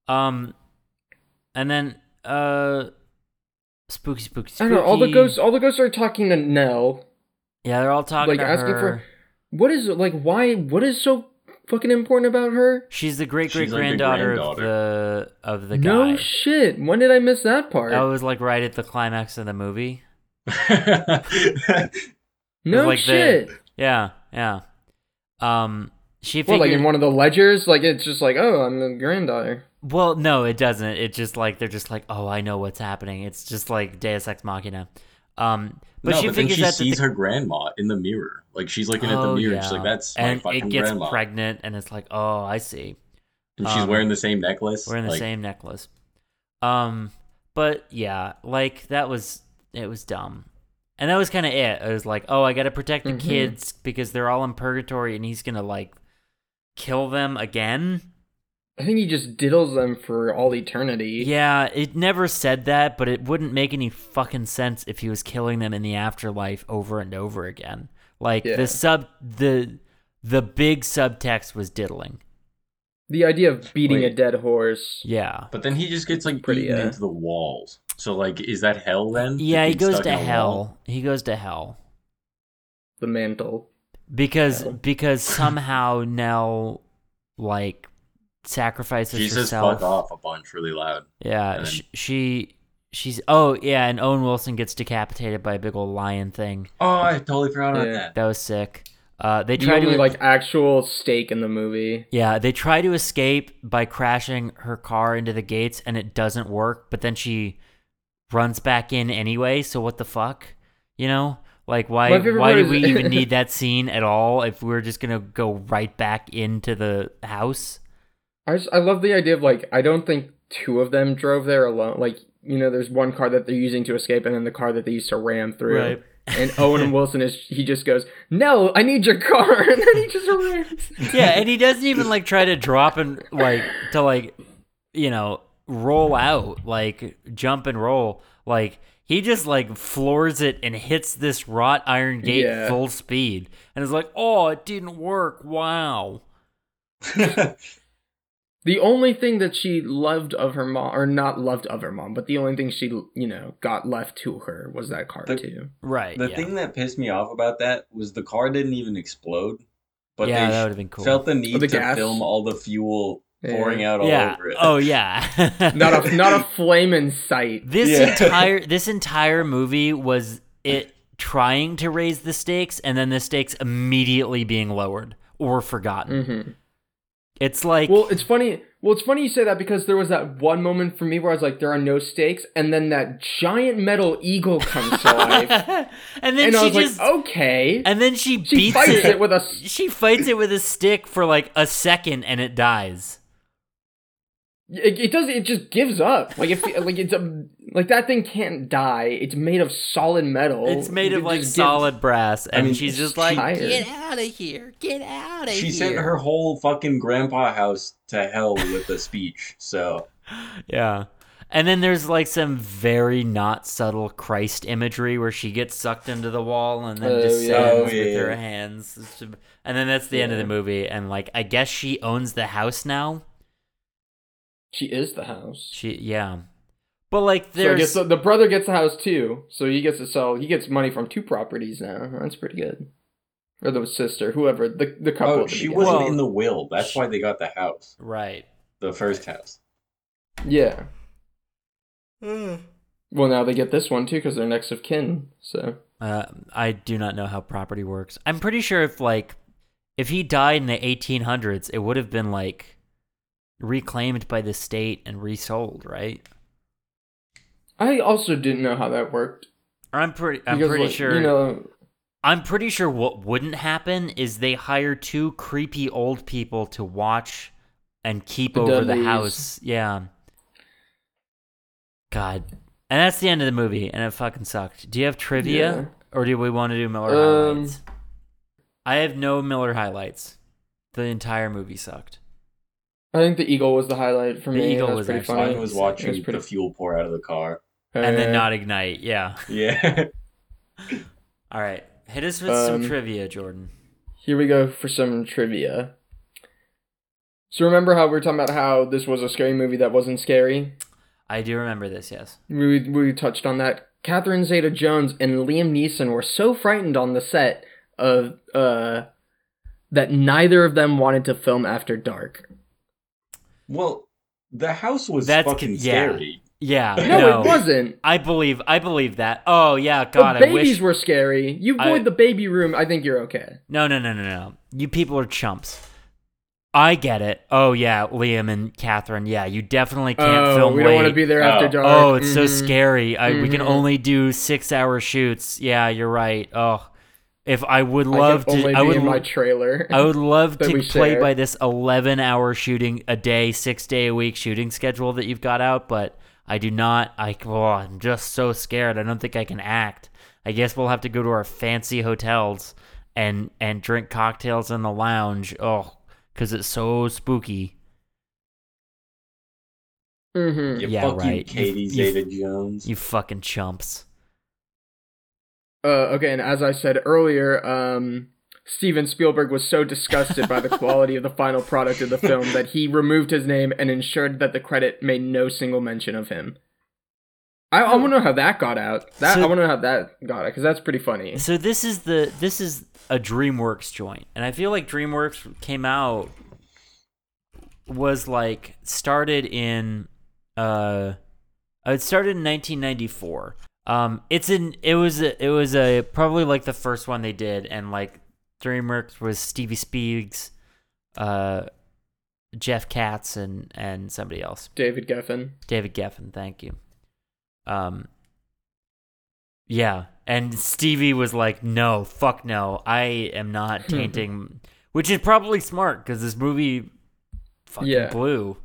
Speaker 1: Um, and then uh, spooky, spooky,
Speaker 3: I
Speaker 1: spooky.
Speaker 3: don't know. All the ghosts. All the ghosts are talking to Nell.
Speaker 1: Yeah, they're all talking
Speaker 3: like
Speaker 1: to
Speaker 3: asking
Speaker 1: her.
Speaker 3: for what is like why what is so fucking important about her
Speaker 1: She's the great great
Speaker 2: She's like the
Speaker 1: granddaughter of
Speaker 2: granddaughter.
Speaker 1: the of the guy.
Speaker 3: no shit when did i miss that part
Speaker 1: that was like right at the climax of the movie.
Speaker 3: no
Speaker 1: like the-
Speaker 3: shit
Speaker 1: Yeah, yeah. Um, she
Speaker 3: well
Speaker 1: figured.
Speaker 3: like in one of the ledgers like it's just like oh i'm the granddaughter
Speaker 1: well, no, it doesn't. It just like they're just like, oh, I know what's happening. It's just like Deus Ex Machina. Um, but
Speaker 2: no,
Speaker 1: she
Speaker 2: but then
Speaker 1: figures
Speaker 2: she
Speaker 1: out
Speaker 2: sees
Speaker 1: that the-
Speaker 2: her grandma in the mirror. Like she's looking at the
Speaker 1: Oh,
Speaker 2: mirror.
Speaker 1: yeah.
Speaker 2: And she's like, "That's
Speaker 1: and
Speaker 2: my
Speaker 1: it
Speaker 2: fucking
Speaker 1: gets
Speaker 2: grandma."
Speaker 1: pregnant, and it's like, oh, I see.
Speaker 2: and she's
Speaker 1: um,
Speaker 2: wearing the same necklace.
Speaker 1: We're in the
Speaker 2: like,
Speaker 1: same necklace. Um, but yeah, like that was it was dumb, and that was kind of it. It was like, oh, I got to protect the
Speaker 3: Mhm.
Speaker 2: Mm-hmm.
Speaker 1: kids because they're all in purgatory, and he's gonna like kill them again.
Speaker 3: i think he just diddles them for all eternity
Speaker 1: Yeah, it never said that, but it wouldn't make any fucking sense if he was killing them in the afterlife over and over again. Like
Speaker 3: Yeah.
Speaker 1: the sub the the big subtext was diddling.
Speaker 3: the idea of beating a
Speaker 2: Wait.
Speaker 3: dead horse
Speaker 1: Yeah.
Speaker 2: But then he just gets like
Speaker 3: Pretty,
Speaker 2: beaten
Speaker 3: uh,
Speaker 2: into the walls. So like, is that hell then?
Speaker 1: Yeah,
Speaker 2: If
Speaker 1: he
Speaker 2: he's
Speaker 1: goes
Speaker 2: stuck
Speaker 1: to
Speaker 2: in a wall?
Speaker 1: hell. He goes to hell.
Speaker 3: the mantle
Speaker 1: because
Speaker 3: Hell.
Speaker 1: because somehow Nell like sacrifices
Speaker 2: She says
Speaker 1: herself.
Speaker 2: "fuck off" a bunch really loud.
Speaker 1: Yeah,
Speaker 2: and
Speaker 1: sh- she she's oh yeah, and Owen Wilson gets decapitated by a big old lion thing.
Speaker 2: Oh, I totally forgot
Speaker 3: Yeah.
Speaker 2: about that.
Speaker 1: That was sick. Uh, they
Speaker 3: the
Speaker 1: try
Speaker 3: only
Speaker 1: to
Speaker 3: like actual stake in the movie
Speaker 1: yeah, they try to escape by crashing her car into the gates, and it doesn't work. But then she runs back in anyway. So what the fuck, you know? Like why
Speaker 3: My favorite
Speaker 1: why
Speaker 3: part
Speaker 1: do
Speaker 3: is-
Speaker 1: we
Speaker 3: (laughs)
Speaker 1: even need that scene at all if we're just gonna go right back into the house?
Speaker 3: I just I love the idea of like I don't think two of them drove there alone. Like you know, there's one car that they're using to escape, and then the car that they used to ram through.
Speaker 1: Right.
Speaker 3: And
Speaker 1: (laughs)
Speaker 3: Owen Wilson is he just goes, "No, I need your car," (laughs) and then he just rams.
Speaker 1: yeah, and he doesn't even like try to drop and like to like you know roll out like jump and roll like he just like floors it and hits this wrought iron gate
Speaker 3: Yeah.
Speaker 1: full speed and is like oh it didn't work wow (laughs)
Speaker 2: (laughs)
Speaker 3: The only thing that she loved of her mom, or not loved of her mom, but the only thing she you know got left to her was that car
Speaker 2: The-
Speaker 3: too.
Speaker 1: right
Speaker 2: the
Speaker 1: yeah.
Speaker 2: thing that pissed me off about that was the car didn't even explode, but
Speaker 1: yeah
Speaker 2: they
Speaker 1: that
Speaker 2: sh-
Speaker 1: would have been cool
Speaker 2: felt the need
Speaker 3: Oh, the
Speaker 2: to
Speaker 3: gas?
Speaker 2: film all the fuel
Speaker 3: Yeah.
Speaker 2: pouring out all
Speaker 1: yeah
Speaker 2: over it.
Speaker 1: oh yeah (laughs)
Speaker 3: Not a not a flame in sight.
Speaker 1: this
Speaker 2: Yeah. (laughs)
Speaker 1: entire this entire movie was it trying to raise the stakes and then the stakes immediately being lowered or forgotten
Speaker 3: hmm
Speaker 1: it's like
Speaker 3: Well,
Speaker 1: (laughs)
Speaker 3: it's funny. Well, it's funny you say that because there was that one moment for me where I was like, "There are no stakes," and then that giant metal eagle
Speaker 1: (laughs)
Speaker 3: comes to life, and,
Speaker 1: and then
Speaker 3: I
Speaker 1: she
Speaker 3: was
Speaker 1: just
Speaker 3: like, "Okay."
Speaker 1: and then she,
Speaker 3: she
Speaker 1: beats
Speaker 3: fights
Speaker 1: it.
Speaker 3: it, with a. s-
Speaker 1: she fights it with a stick for like a second and it dies.
Speaker 3: It, it does. It just gives up. Like if like it's a like that thing can't die. It's made of solid metal.
Speaker 1: it's made
Speaker 3: It
Speaker 1: of like
Speaker 3: Oh, just gives-
Speaker 1: solid brass, and
Speaker 2: mean,
Speaker 1: she's just
Speaker 2: she-
Speaker 1: like,
Speaker 3: Tired.
Speaker 1: "Get out of here! Get out of
Speaker 2: she
Speaker 1: here!"
Speaker 2: sent her whole fucking grandpa house to hell with a speech. So
Speaker 1: Yeah. And then there's like some very not subtle Christ imagery where she gets sucked into the wall and then
Speaker 3: Oh,
Speaker 1: descends
Speaker 3: yeah.
Speaker 2: Oh,
Speaker 1: with
Speaker 2: yeah,
Speaker 1: her
Speaker 2: yeah.
Speaker 1: hands. It's- And then that's the end of the
Speaker 3: Yeah.
Speaker 1: movie. And like, I guess she owns the house now.
Speaker 3: She is the house.
Speaker 1: She, yeah. But like,
Speaker 3: So I
Speaker 1: there's
Speaker 3: guess the, the brother gets the house too. So he gets to sell. He gets money from two properties now. That's pretty good. Or the sister, whoever the the couple.
Speaker 2: oh,
Speaker 3: at the
Speaker 2: she
Speaker 3: beginning.
Speaker 2: wasn't
Speaker 1: Well-
Speaker 2: in the will. That's why they got the house,
Speaker 1: right.
Speaker 2: the first house.
Speaker 3: Yeah.
Speaker 1: Hmm.
Speaker 3: Well, now they get this one too because they're next of kin. So
Speaker 1: Uh, I do not know how property works. I'm pretty sure if like if he died in the 1800s, it would have been like reclaimed by the state and resold, right?
Speaker 3: I also didn't know how that worked.
Speaker 1: I'm pretty. I'm
Speaker 3: Because,
Speaker 1: pretty
Speaker 3: like,
Speaker 1: sure.
Speaker 3: You know,
Speaker 1: I'm pretty sure what wouldn't happen is they hire two creepy old people to watch and keep
Speaker 3: The
Speaker 1: over the
Speaker 3: dummies.
Speaker 1: house. Yeah. God. And that's the end of the movie, and it fucking sucked. Do you have trivia,
Speaker 3: Yeah.
Speaker 1: or do we want to do Miller
Speaker 3: Um,
Speaker 1: highlights? I have no Miller highlights. The entire movie sucked.
Speaker 3: I think the eagle was the highlight for
Speaker 1: The
Speaker 3: me. and
Speaker 1: eagle
Speaker 3: that's
Speaker 1: was
Speaker 3: pretty
Speaker 1: actually-
Speaker 3: funny.
Speaker 2: Mine was
Speaker 1: It was
Speaker 2: watching
Speaker 3: pretty-
Speaker 2: the fuel pour out of the
Speaker 3: (laughs)
Speaker 2: car.
Speaker 1: and then
Speaker 3: Uh,
Speaker 1: not ignite. Yeah.
Speaker 2: Yeah.
Speaker 1: All right. Hit us with some
Speaker 3: Um,
Speaker 1: trivia, Jordan.
Speaker 3: Here we go for some trivia. So remember how we were talking about how this was a scary movie that wasn't scary?
Speaker 1: I do remember this. Yes.
Speaker 3: We we touched on that. Catherine Zeta Jones and Liam Neeson were so frightened on the set of uh that neither of them wanted to film after dark.
Speaker 2: well, the house was
Speaker 1: That's
Speaker 2: fucking
Speaker 1: con- yeah.
Speaker 2: scary.
Speaker 1: Yeah.
Speaker 3: No, it wasn't.
Speaker 1: I believe I believe that. Oh yeah, God,
Speaker 3: the
Speaker 1: I
Speaker 3: babies
Speaker 1: wish.
Speaker 3: were scary. You
Speaker 1: I-
Speaker 3: void the baby room. I think you're okay.
Speaker 1: No, no, no, no, no. You people are chumps. I get it. Oh yeah, Liam and Catherine. Yeah, you definitely can't
Speaker 3: oh,
Speaker 1: film
Speaker 3: we don't
Speaker 1: late.
Speaker 3: want to be there after
Speaker 2: Oh.
Speaker 3: dark.
Speaker 1: oh, it's so
Speaker 3: Mhm.
Speaker 1: scary. I, We can
Speaker 3: Mhm.
Speaker 1: only do six-hour shoots. Yeah, you're right. Oh, if I would
Speaker 3: I
Speaker 1: love
Speaker 3: could
Speaker 1: to,
Speaker 3: only
Speaker 1: I
Speaker 3: be
Speaker 1: would.
Speaker 3: in my
Speaker 1: lo-
Speaker 3: trailer. (laughs)
Speaker 1: I would love
Speaker 3: that
Speaker 1: to
Speaker 3: we
Speaker 1: play
Speaker 3: share.
Speaker 1: by this 11 hour shooting a day, six day a week shooting schedule that you've got out, but I do not. I, oh, I'm just so scared. I don't think I can act. I guess we'll have to go to our fancy hotels and, and drink cocktails in the lounge. Oh, because it's so spooky.
Speaker 3: Mhm.
Speaker 2: You
Speaker 1: Mm, Yeah,
Speaker 2: fuck you,
Speaker 1: right. You-
Speaker 2: Katie
Speaker 1: you-
Speaker 2: Zeta Jones.
Speaker 1: You fucking chumps.
Speaker 3: Uh, okay, and as I said earlier, um, Steven Spielberg was so
Speaker 1: (laughs)
Speaker 3: disgusted by the quality of the final product of the film that he removed his name and ensured that the credit made no single mention of him. I, I want to know how that got out. That
Speaker 1: So-
Speaker 3: I want to know how that got out because that's pretty funny.
Speaker 1: So this is the this is a DreamWorks joint, and I feel like DreamWorks came out was like started in uh it started in 1994. Um, it's in it was a, it was a probably like the first one they did, and like DreamWorks was Stevie Spiegs, uh, Jeff Katz, and and somebody else.
Speaker 3: David Geffen.
Speaker 1: David Geffen, thank you. Um Yeah, and Stevie was like, "No, fuck no. I am
Speaker 3: (laughs)
Speaker 1: not tainting." Which is probably smart cuz this movie fucking
Speaker 3: Yeah.
Speaker 1: blew.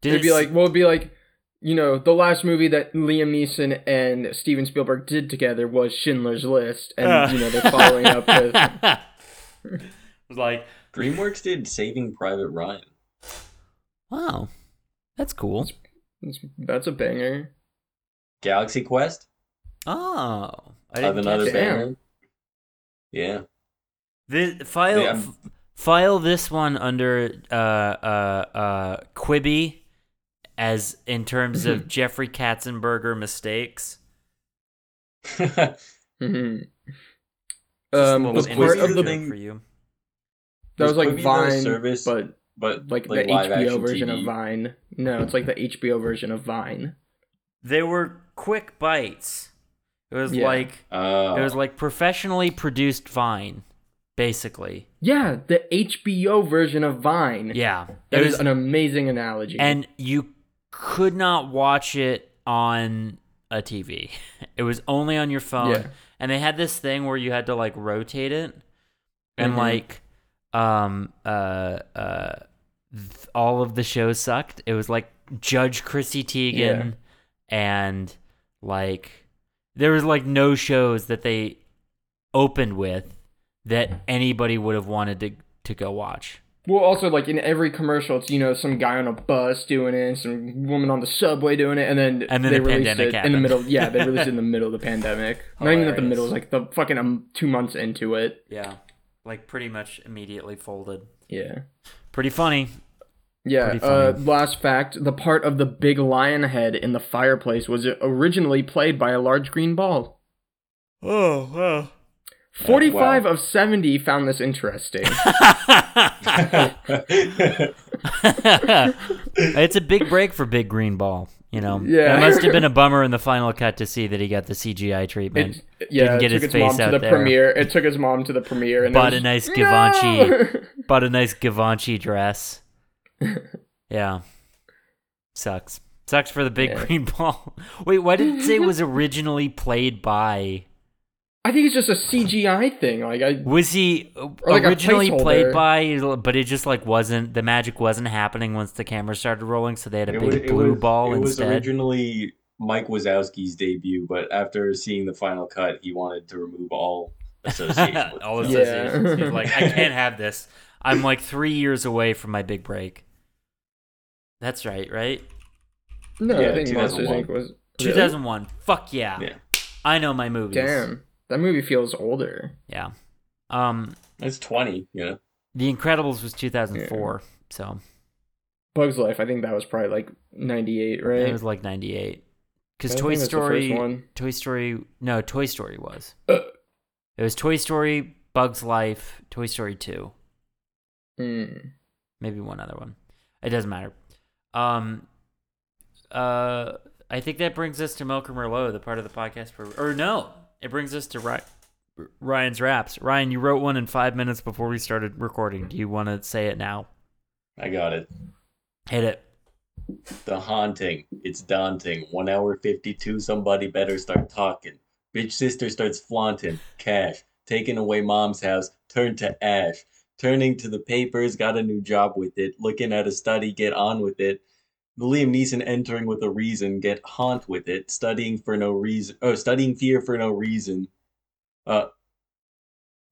Speaker 1: Did
Speaker 3: it'd
Speaker 1: it
Speaker 3: be
Speaker 1: s- (laughs)
Speaker 3: like, well, it'd be like, you know, the last movie that Liam Neeson and Steven Spielberg did together was Schindler's List, and
Speaker 1: Uh.
Speaker 3: you know they're
Speaker 1: (laughs)
Speaker 3: following up with.
Speaker 1: was like,
Speaker 2: DreamWorks did Saving Private Ryan.
Speaker 1: "Wow. That's cool."
Speaker 3: That's a banger.
Speaker 2: Galaxy Quest.
Speaker 1: Oh. I
Speaker 2: Of
Speaker 1: didn't catch
Speaker 2: another
Speaker 1: that.
Speaker 2: banger.
Speaker 3: band.
Speaker 2: Yeah.
Speaker 1: Thi- file
Speaker 2: Yeah.
Speaker 1: f- file this one under uh, uh, uh, Quibi as in terms (clears throat) of Jeffrey Katzenberger mistakes.
Speaker 3: hmm
Speaker 1: Just a
Speaker 3: Um,
Speaker 1: little
Speaker 3: the part
Speaker 2: interesting
Speaker 3: of the
Speaker 1: anecdote
Speaker 2: thing-
Speaker 1: for you.
Speaker 3: that was
Speaker 2: Was
Speaker 3: like
Speaker 2: Quibi the
Speaker 3: Vine,
Speaker 2: service-
Speaker 3: but
Speaker 2: (laughs) but
Speaker 3: like, the
Speaker 2: live
Speaker 3: HBO
Speaker 2: action
Speaker 3: version
Speaker 2: TV.
Speaker 3: of Vine. No, it's like the HBO version of Vine.
Speaker 1: They were quick bites. It was
Speaker 3: Yeah.
Speaker 1: like
Speaker 2: Oh. (laughs)
Speaker 1: it was like professionally produced Vine, basically.
Speaker 3: Yeah, the HBO version of Vine.
Speaker 1: Yeah,
Speaker 3: that
Speaker 1: it
Speaker 3: is
Speaker 1: was,
Speaker 3: an amazing analogy.
Speaker 1: and you could not watch it on a TV. (laughs) It was only on your phone.
Speaker 3: Yeah.
Speaker 1: And they had this thing where you had to like rotate it and
Speaker 3: Mhm.
Speaker 1: like um uh uh th- all of the shows sucked. It was like Judge Chrissy Teigen and like there was like no shows that they opened with that anybody would have wanted to to go watch.
Speaker 3: well, also like in every commercial, it's you know some guy on a bus doing it, some woman on the subway doing it, and then
Speaker 1: And then
Speaker 3: they
Speaker 1: the
Speaker 3: released
Speaker 1: pandemic
Speaker 3: it in the
Speaker 1: happened.
Speaker 3: middle. Yeah, they released it
Speaker 1: (laughs)
Speaker 3: in the middle of the pandemic. Not even at the
Speaker 1: Hilarious.
Speaker 3: middle, it was like the fucking um, two months into it.
Speaker 1: Yeah. Like pretty much immediately folded.
Speaker 3: Yeah.
Speaker 1: Pretty
Speaker 3: (laughs)
Speaker 1: funny.
Speaker 3: Yeah.
Speaker 1: Pretty
Speaker 3: Uh,
Speaker 1: funny.
Speaker 3: last fact: the part of the big lion head in the fireplace was originally played by a large green ball.
Speaker 1: Oh, wow.
Speaker 3: Forty-five
Speaker 2: wow.
Speaker 3: of seventy found
Speaker 1: (laughs)
Speaker 3: this interesting.
Speaker 1: it's a big break for Big Green Ball. You know,
Speaker 3: Yeah.
Speaker 1: it must have been a bummer in the final cut to see that he got the CGI treatment.
Speaker 3: it, yeah,
Speaker 1: Didn't
Speaker 3: it
Speaker 1: get
Speaker 3: took
Speaker 1: his
Speaker 3: its mom
Speaker 1: face
Speaker 3: to
Speaker 1: out
Speaker 3: the
Speaker 1: there.
Speaker 3: premiere. It took his mom to the premiere and it
Speaker 1: Bought a
Speaker 3: was-
Speaker 1: nice
Speaker 3: No!
Speaker 1: Givenchy.
Speaker 3: (laughs)
Speaker 1: Bought a nice Givenchy dress. yeah, sucks. Sucks for the big
Speaker 3: Yeah.
Speaker 1: green ball. Wait, why did it say it was originally played by?
Speaker 3: (laughs) I think it's just a CGI thing. Like I
Speaker 1: Was he uh,
Speaker 3: Or like a
Speaker 1: originally played by?
Speaker 3: placeholder.
Speaker 1: But it just like wasn't the magic wasn't happening once the camera started rolling, so they had a
Speaker 2: It
Speaker 1: big
Speaker 2: was- it
Speaker 1: blue
Speaker 2: was-
Speaker 1: ball
Speaker 2: It was
Speaker 1: instead.
Speaker 2: originally Mike Wazowski's debut, but after seeing the final cut, he wanted to
Speaker 1: (laughs)
Speaker 2: remove all association. with
Speaker 1: All
Speaker 2: the
Speaker 3: Yeah.
Speaker 2: film.
Speaker 1: associations. He's like, I can't have this. I'm like three years away from my big break. That's right, right?
Speaker 3: no,
Speaker 2: Yeah,
Speaker 3: I think Monsters
Speaker 2: 2001.
Speaker 3: Inc. was really?
Speaker 1: 2001. Fuck yeah.
Speaker 2: Yeah.
Speaker 1: I know my movies.
Speaker 3: Damn, that movie feels older.
Speaker 1: Yeah. Um,
Speaker 2: That's twenty. You know,
Speaker 1: The Incredibles was 2004, so
Speaker 3: Bugs Life, I think that was probably like '98,
Speaker 1: it
Speaker 3: right?
Speaker 1: was like 98. Because
Speaker 3: I
Speaker 1: Toy
Speaker 3: think that's the first
Speaker 1: Story,
Speaker 3: one.
Speaker 1: Toy Story, no, Toy Story was.
Speaker 3: Uh.
Speaker 1: It was Toy Story, Bugs Life, Toy Story 2.
Speaker 3: Mm.
Speaker 1: maybe one other one. It doesn't matter. Um, uh, I think that brings us to Malcolm Merlot, the part of the podcast where, or no, it brings us to Ry- Ryan's raps. Ryan, you wrote one in five minutes before we started recording. Do you want to say it now?
Speaker 2: I got it.
Speaker 1: Hit it.
Speaker 2: The haunting. It's daunting. One hour fifty-two. Somebody better start talking. Bitch sister starts flaunting cash, taking away mom's house, turned to ash. Turning to the papers, got a new job with it. Looking at a study, get on with it. Liam Neeson entering with a reason, get haunt with it. Studying for no reason. Oh, studying fear for no reason. Uh,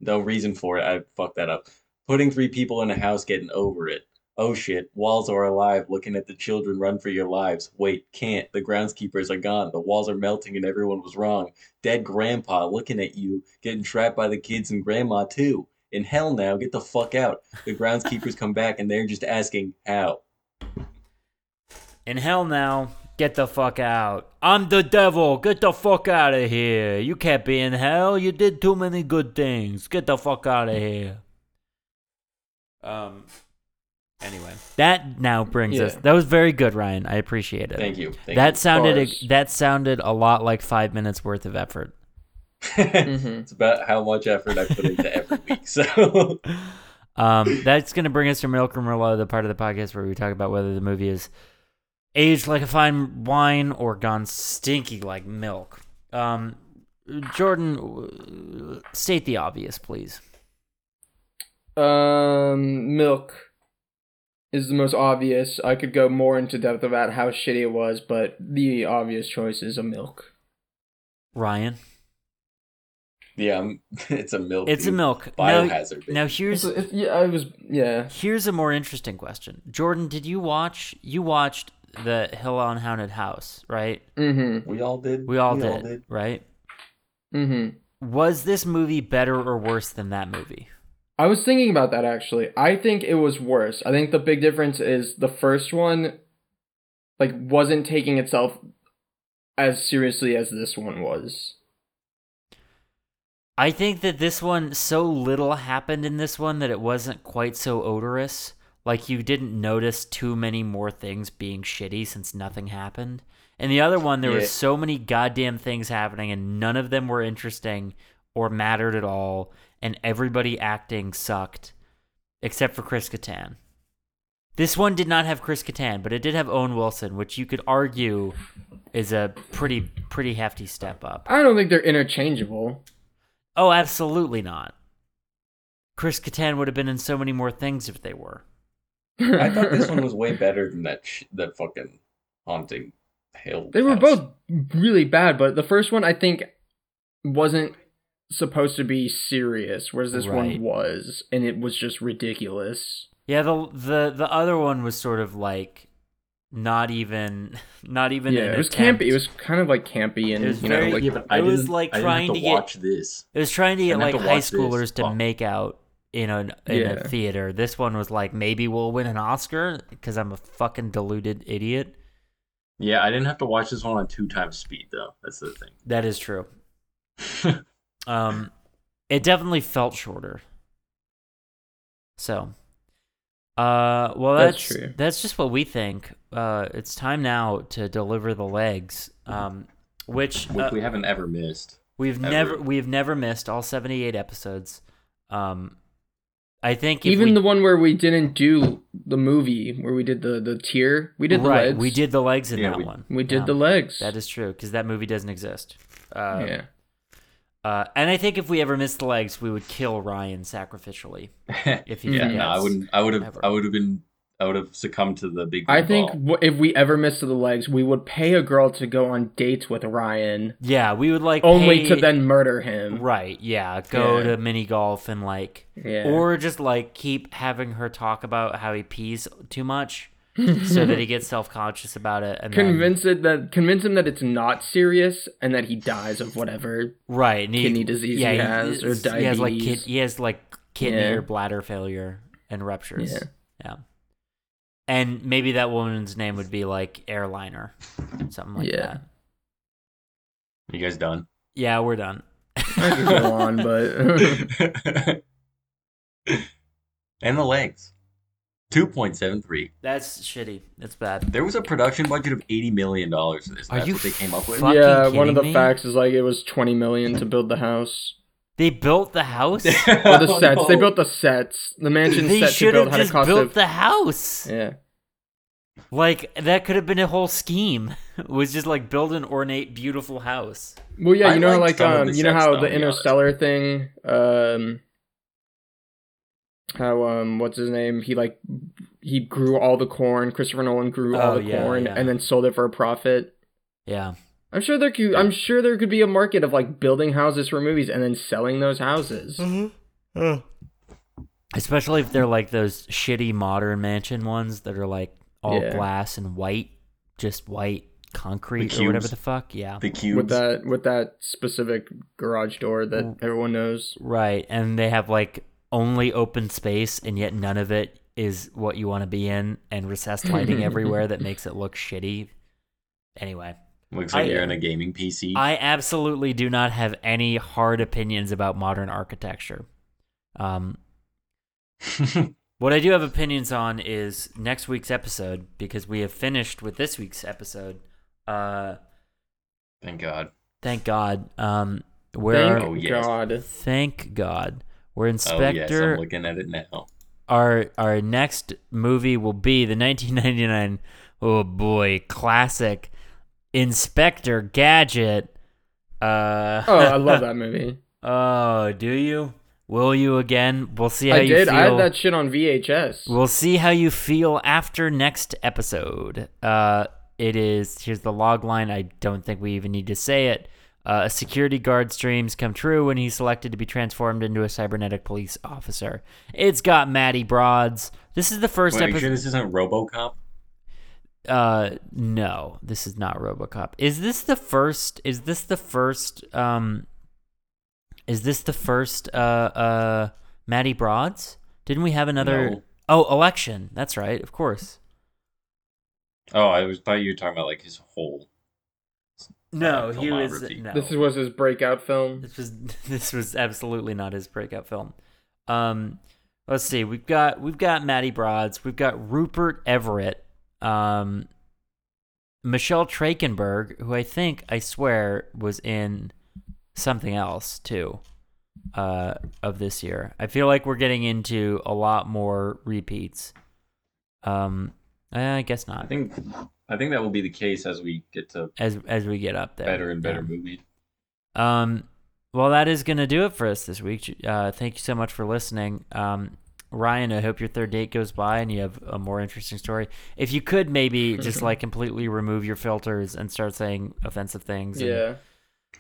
Speaker 2: no reason for it. I fucked that up. Putting three people in a house, getting over it. Oh shit, walls are alive, looking at the children run for your lives. Wait, can't. The groundskeepers are gone. The walls are melting and everyone was wrong. Dead grandpa looking at you, getting trapped by the kids and grandma too. In hell now, get the fuck out. The groundskeepers come back and they're just asking how.
Speaker 1: In hell now, get the fuck out. I'm the devil. Get the fuck out of here. You can't be in hell. You did too many good things. Get the fuck out of here. Um. Anyway, that now brings us.
Speaker 3: Yeah.
Speaker 1: That was very good, Ryan. I appreciate it.
Speaker 2: Thank you. Thank
Speaker 1: that sounded
Speaker 3: Bars.
Speaker 1: that sounded a lot like five minutes worth of effort.
Speaker 2: you. (laughs)
Speaker 3: hmm
Speaker 2: it's about how much effort I put into every week. (laughs) So
Speaker 1: Um, that's going to bring us to Malcolm Merlot, the part of the podcast where we talk about whether the movie is aged like a fine wine or gone stinky like milk. Um, Jordan, w- state the obvious, please.
Speaker 3: Um, Milk is the most obvious. I could go more into depth about how shitty it was, but the obvious choice is a Milk.
Speaker 1: Ryan,
Speaker 2: yeah, I'm, (laughs) it's a milk.
Speaker 1: it's a
Speaker 2: dude.
Speaker 1: milk. Now,
Speaker 2: Biohazard.
Speaker 1: now
Speaker 3: It's,
Speaker 1: here's
Speaker 3: it's, yeah, I was yeah.
Speaker 1: here's a more interesting question. Jordan, did you watch? You watched the Hill on Haunted House, right?
Speaker 3: Mm-hmm.
Speaker 2: we all did.
Speaker 1: We all, did, right?
Speaker 3: Mm-hmm.
Speaker 1: Was this movie better or worse than that movie?
Speaker 3: I was thinking about that actually. I think it was worse. I think the big difference is the first one, like, wasn't taking itself as seriously as this one was.
Speaker 1: I think that this one so little happened in this one that it wasn't quite so odorous. Like you didn't notice too many more things being shitty since nothing happened. In the other one, there were
Speaker 2: Yeah.
Speaker 1: so many goddamn things happening, and none of them were interesting or mattered at all. And everybody acting sucked, except for Chris Kattan. This one did not have Chris Kattan, but it did have Owen Wilson, which you could argue is a pretty pretty hefty step up.
Speaker 3: I don't think they're interchangeable.
Speaker 1: Oh, absolutely not. Chris Kattan would have been in so many more things if they were.
Speaker 2: I thought
Speaker 3: (laughs)
Speaker 2: this (laughs) one was way better than that sh- that fucking haunting hill.
Speaker 3: They were
Speaker 2: house.
Speaker 3: both really bad, but the first one I think wasn't supposed to be serious, whereas this
Speaker 1: Right.
Speaker 3: one was, and it was just ridiculous.
Speaker 1: Yeah, the the the other one was sort of like not even (laughs) not even
Speaker 3: yeah,
Speaker 1: an
Speaker 3: it was
Speaker 1: attempt.
Speaker 3: campy. It was kind of like campy, and
Speaker 1: It was
Speaker 3: you
Speaker 1: very-
Speaker 3: know, like
Speaker 1: yeah, but I It was didn't- like I didn't have trying to to get- watch
Speaker 2: watch this.
Speaker 1: It was trying to get
Speaker 2: And I have
Speaker 1: like
Speaker 2: to
Speaker 1: high
Speaker 2: watch this.
Speaker 1: schoolers to
Speaker 2: Fuck.
Speaker 1: make out in a in a
Speaker 3: Yeah.
Speaker 1: theater. This one was like maybe we'll win an Oscar because I'm a fucking deluded idiot.
Speaker 2: Yeah, I didn't have to watch this one on two times speed though. That's the thing.
Speaker 1: That is true. um, it definitely felt shorter. So, uh, well, that's
Speaker 3: That's
Speaker 1: that's,
Speaker 3: true.
Speaker 1: just what we think. Uh, it's time now to deliver the legs. Um, which
Speaker 2: (laughs) Which
Speaker 1: uh,
Speaker 2: we haven't ever missed.
Speaker 1: we've
Speaker 2: ever.
Speaker 1: never we've never missed all seventy eight episodes. Um, I think if
Speaker 3: even
Speaker 1: we-
Speaker 3: the one where we didn't do the movie where we did the the tier. We did the
Speaker 1: right,
Speaker 3: legs.
Speaker 1: we did the legs in
Speaker 2: Yeah,
Speaker 1: that
Speaker 2: we-
Speaker 1: one.
Speaker 3: We did
Speaker 1: Yeah.
Speaker 3: the legs.
Speaker 1: That is true because that movie doesn't exist. Uh,
Speaker 3: yeah.
Speaker 1: uh, and I think if we ever missed the legs, we would kill Ryan sacrificially. If
Speaker 3: Mm,
Speaker 1: he
Speaker 2: yeah,
Speaker 1: forgets.
Speaker 2: no, I wouldn't. I would have.
Speaker 1: Ever.
Speaker 2: I would have been. I would have succumbed to the big.
Speaker 3: I
Speaker 2: blue
Speaker 3: think
Speaker 2: ball.
Speaker 3: w- if we ever missed the legs, we would pay a girl to go on dates with Ryan,
Speaker 1: Yeah, we would like
Speaker 3: only to
Speaker 1: pay-
Speaker 3: then murder him.
Speaker 1: Right. Yeah. Go
Speaker 3: Yeah.
Speaker 1: to mini golf and like,
Speaker 3: Yeah.
Speaker 1: or just like keep having her talk about how he pees too much, so
Speaker 3: (laughs)
Speaker 1: that he gets self conscious about it. And then-
Speaker 3: convince it that convince him that it's not serious and that he dies of whatever.
Speaker 1: right and he-
Speaker 3: kidney disease he has or
Speaker 1: He has like kid,
Speaker 3: diabetes.
Speaker 1: he has like kidney
Speaker 3: Yeah.
Speaker 1: or bladder failure and ruptures.
Speaker 3: Yeah.
Speaker 1: Yeah. And maybe that woman's name would be like airliner, something like
Speaker 3: Yeah.
Speaker 1: that.
Speaker 2: you guys
Speaker 3: (laughs)
Speaker 2: done. (laughs)
Speaker 1: Yeah, we're done.
Speaker 3: I could go on, but (laughs)
Speaker 2: and the legs, two point seven three.
Speaker 1: That's shitty. That's bad.
Speaker 2: There was a production budget of eighty million dollars for this.
Speaker 1: Are
Speaker 2: That's
Speaker 1: you
Speaker 2: what they came up with.
Speaker 1: fucking
Speaker 3: yeah, one
Speaker 1: kidding
Speaker 3: of the
Speaker 1: me?
Speaker 3: facts is like it was twenty million to build
Speaker 2: (laughs)
Speaker 3: the house.
Speaker 1: They built the
Speaker 3: (laughs)
Speaker 1: house.
Speaker 3: Or the
Speaker 2: Oh,
Speaker 3: sets.
Speaker 2: (laughs)
Speaker 3: They
Speaker 2: no.
Speaker 3: built the sets. The mansion
Speaker 1: they
Speaker 3: set to
Speaker 1: should
Speaker 3: build
Speaker 1: have
Speaker 3: had a
Speaker 1: just
Speaker 3: cost
Speaker 1: built
Speaker 3: of
Speaker 1: the house.
Speaker 3: yeah.
Speaker 1: Like that could have been a whole scheme. (laughs) was just like build an ornate, beautiful house.
Speaker 3: Well, yeah,
Speaker 2: I
Speaker 3: you know, how,
Speaker 2: liked
Speaker 3: like
Speaker 2: some of
Speaker 3: um,
Speaker 2: the
Speaker 3: you know
Speaker 2: sets,
Speaker 3: how
Speaker 2: though, to be
Speaker 3: the
Speaker 2: honest.
Speaker 3: Interstellar thing, um, how um, what's his name? He like he grew all the corn. Christopher Nolan grew all
Speaker 1: Oh,
Speaker 3: the
Speaker 1: yeah,
Speaker 3: corn
Speaker 1: yeah.
Speaker 3: and then sold it for a profit.
Speaker 1: Yeah,
Speaker 3: I'm sure there could. I'm sure there could be a market of like building houses for movies and then selling those houses.
Speaker 2: Mm-hmm.
Speaker 1: especially if they're like those shitty modern mansion ones that are like all
Speaker 3: Yeah.
Speaker 1: glass and white, just white concrete or
Speaker 2: cubes.
Speaker 1: whatever the fuck. Yeah,
Speaker 2: the cubes. Mm.
Speaker 3: With that, with that specific garage door that everyone knows.
Speaker 1: right. And they have like only open space, and yet none of it is what you want to be in, and recessed
Speaker 3: (laughs)
Speaker 1: lighting everywhere that makes it look shitty. Anyway.
Speaker 2: Looks like
Speaker 1: I- uh,
Speaker 2: you're in a gaming PC. (laughs)
Speaker 1: I absolutely do not have any hard opinions about modern architecture. Um, what I do have opinions on is next week's episode because we have finished with this week's episode. Uh,
Speaker 2: Thank God.
Speaker 1: thank God. Um,
Speaker 3: Thank
Speaker 1: we're
Speaker 2: Oh, yes. (laughs)
Speaker 3: God.
Speaker 1: thank God. We're
Speaker 2: Oh yes,
Speaker 1: Inspector
Speaker 2: I'm looking at it now.
Speaker 1: our our next movie will be the 1999 oh boy classic Inspector Gadget. Uh,
Speaker 3: Oh, I love
Speaker 2: (laughs)
Speaker 3: that movie.
Speaker 1: oh, do you? Will you again? We'll see how
Speaker 3: I
Speaker 1: you
Speaker 3: did.
Speaker 1: feel.
Speaker 3: I had that shit on VHS.
Speaker 1: We'll see how you feel after next episode. Uh, it is here's the log line. I don't think we even need to say it. Uh, a security guard's dreams come true when he's selected to be transformed into a cybernetic police officer. It's got Maddie Broads. This is the first
Speaker 2: Wait, are you sure
Speaker 1: episode.
Speaker 2: this isn't RoboCop?
Speaker 1: Uh, no, this is not RoboCop. Is this the first? Is this the first? Um, is this the first? Uh, uh, Maddie Broads. Didn't we have another?
Speaker 2: No.
Speaker 1: Oh, election. That's right. Of course.
Speaker 2: Oh, I was thought you were talking about like his whole.
Speaker 1: No,
Speaker 2: Uh,
Speaker 1: he was.
Speaker 2: filmography.
Speaker 1: No,
Speaker 3: This was his breakout film.
Speaker 1: this was (laughs) this was absolutely not his breakout film. Um, let's see. We've got we've got Matty Broads. We've got Rupert Everett. Um, Michelle Trachtenberg, who I think I swear was in something else too. Uh, of this year, I feel like we're getting into a lot more repeats. Um, I guess
Speaker 2: I
Speaker 1: not.
Speaker 2: think, I think that will be the case as we get to
Speaker 1: As as we get up there,
Speaker 2: better and better
Speaker 1: Yeah.
Speaker 2: movies.
Speaker 1: Um, well, that is going to do it for us this week. Uh, thank you so much for listening. Um, Ryan, I hope your third date goes by and you have a more interesting story. If you could maybe just like completely remove your filters and start saying offensive things. and-
Speaker 3: Yeah.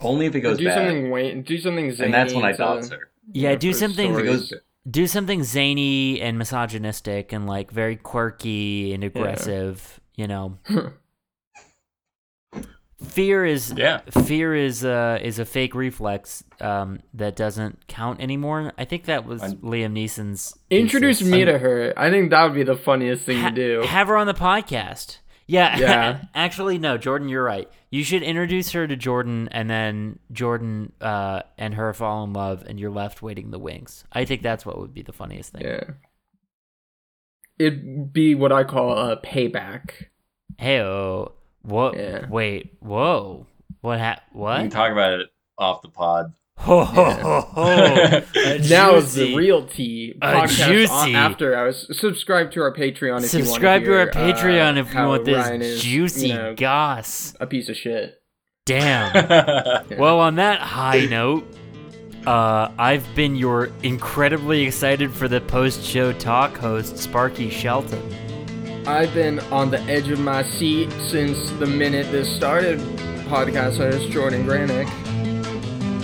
Speaker 2: Only if it goes
Speaker 3: do
Speaker 2: bad,
Speaker 3: something Wayne. Do something zany.
Speaker 2: and that's when I
Speaker 3: to-
Speaker 2: thought, sir.
Speaker 1: Yeah, do
Speaker 3: for
Speaker 1: something-
Speaker 2: If it
Speaker 1: Sorry.
Speaker 2: goes,
Speaker 3: stories.
Speaker 1: Do something zany and misogynistic and like very quirky and aggressive, you
Speaker 3: (laughs)
Speaker 1: know. Fear is
Speaker 2: yeah,
Speaker 1: fear is uh is a fake reflex um that doesn't count anymore. I think that was
Speaker 2: I'm-
Speaker 1: Liam Neeson's
Speaker 3: Introduce
Speaker 1: thesis.
Speaker 3: me to her. I think that would be the funniest thing
Speaker 1: Ha-
Speaker 3: to do.
Speaker 1: Have her on the podcast. Yeah.
Speaker 3: Yeah.
Speaker 1: (laughs) Actually, no, Jordan, you're right. You should introduce her to Jordan, and then Jordan uh, and her fall in love, and you're left waiting in the wings. I think that's what would be the funniest thing.
Speaker 3: yeah. It'd be what I call a payback.
Speaker 1: Hey, oh, what?
Speaker 3: Yeah.
Speaker 1: Wait, whoa. What? Ha-
Speaker 2: we can
Speaker 1: what?
Speaker 2: talk about it off the pod. (laughs)
Speaker 1: Ho ho ho ho!
Speaker 3: (laughs)
Speaker 1: A
Speaker 3: Now is
Speaker 1: juicy.
Speaker 3: the real tea
Speaker 1: A
Speaker 3: podcast on
Speaker 1: juicy.
Speaker 3: after hours. Subscribe to our Patreon if
Speaker 1: subscribe
Speaker 3: you uh, want
Speaker 1: to our Patreon if you want this juicy
Speaker 3: guy.
Speaker 1: goss.
Speaker 3: a piece of shit. (laughs)
Speaker 1: Damn. well, on that high note, uh, I've been your incredibly excited for the post-show talk host, Sparky Shelton.
Speaker 3: I've been on the edge of my seat since the minute this started. Podcast host Jordan Granick.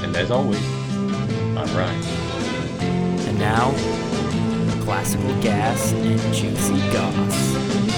Speaker 2: and as always, I'm Ryan.
Speaker 1: And now, classical gas and juicy goss.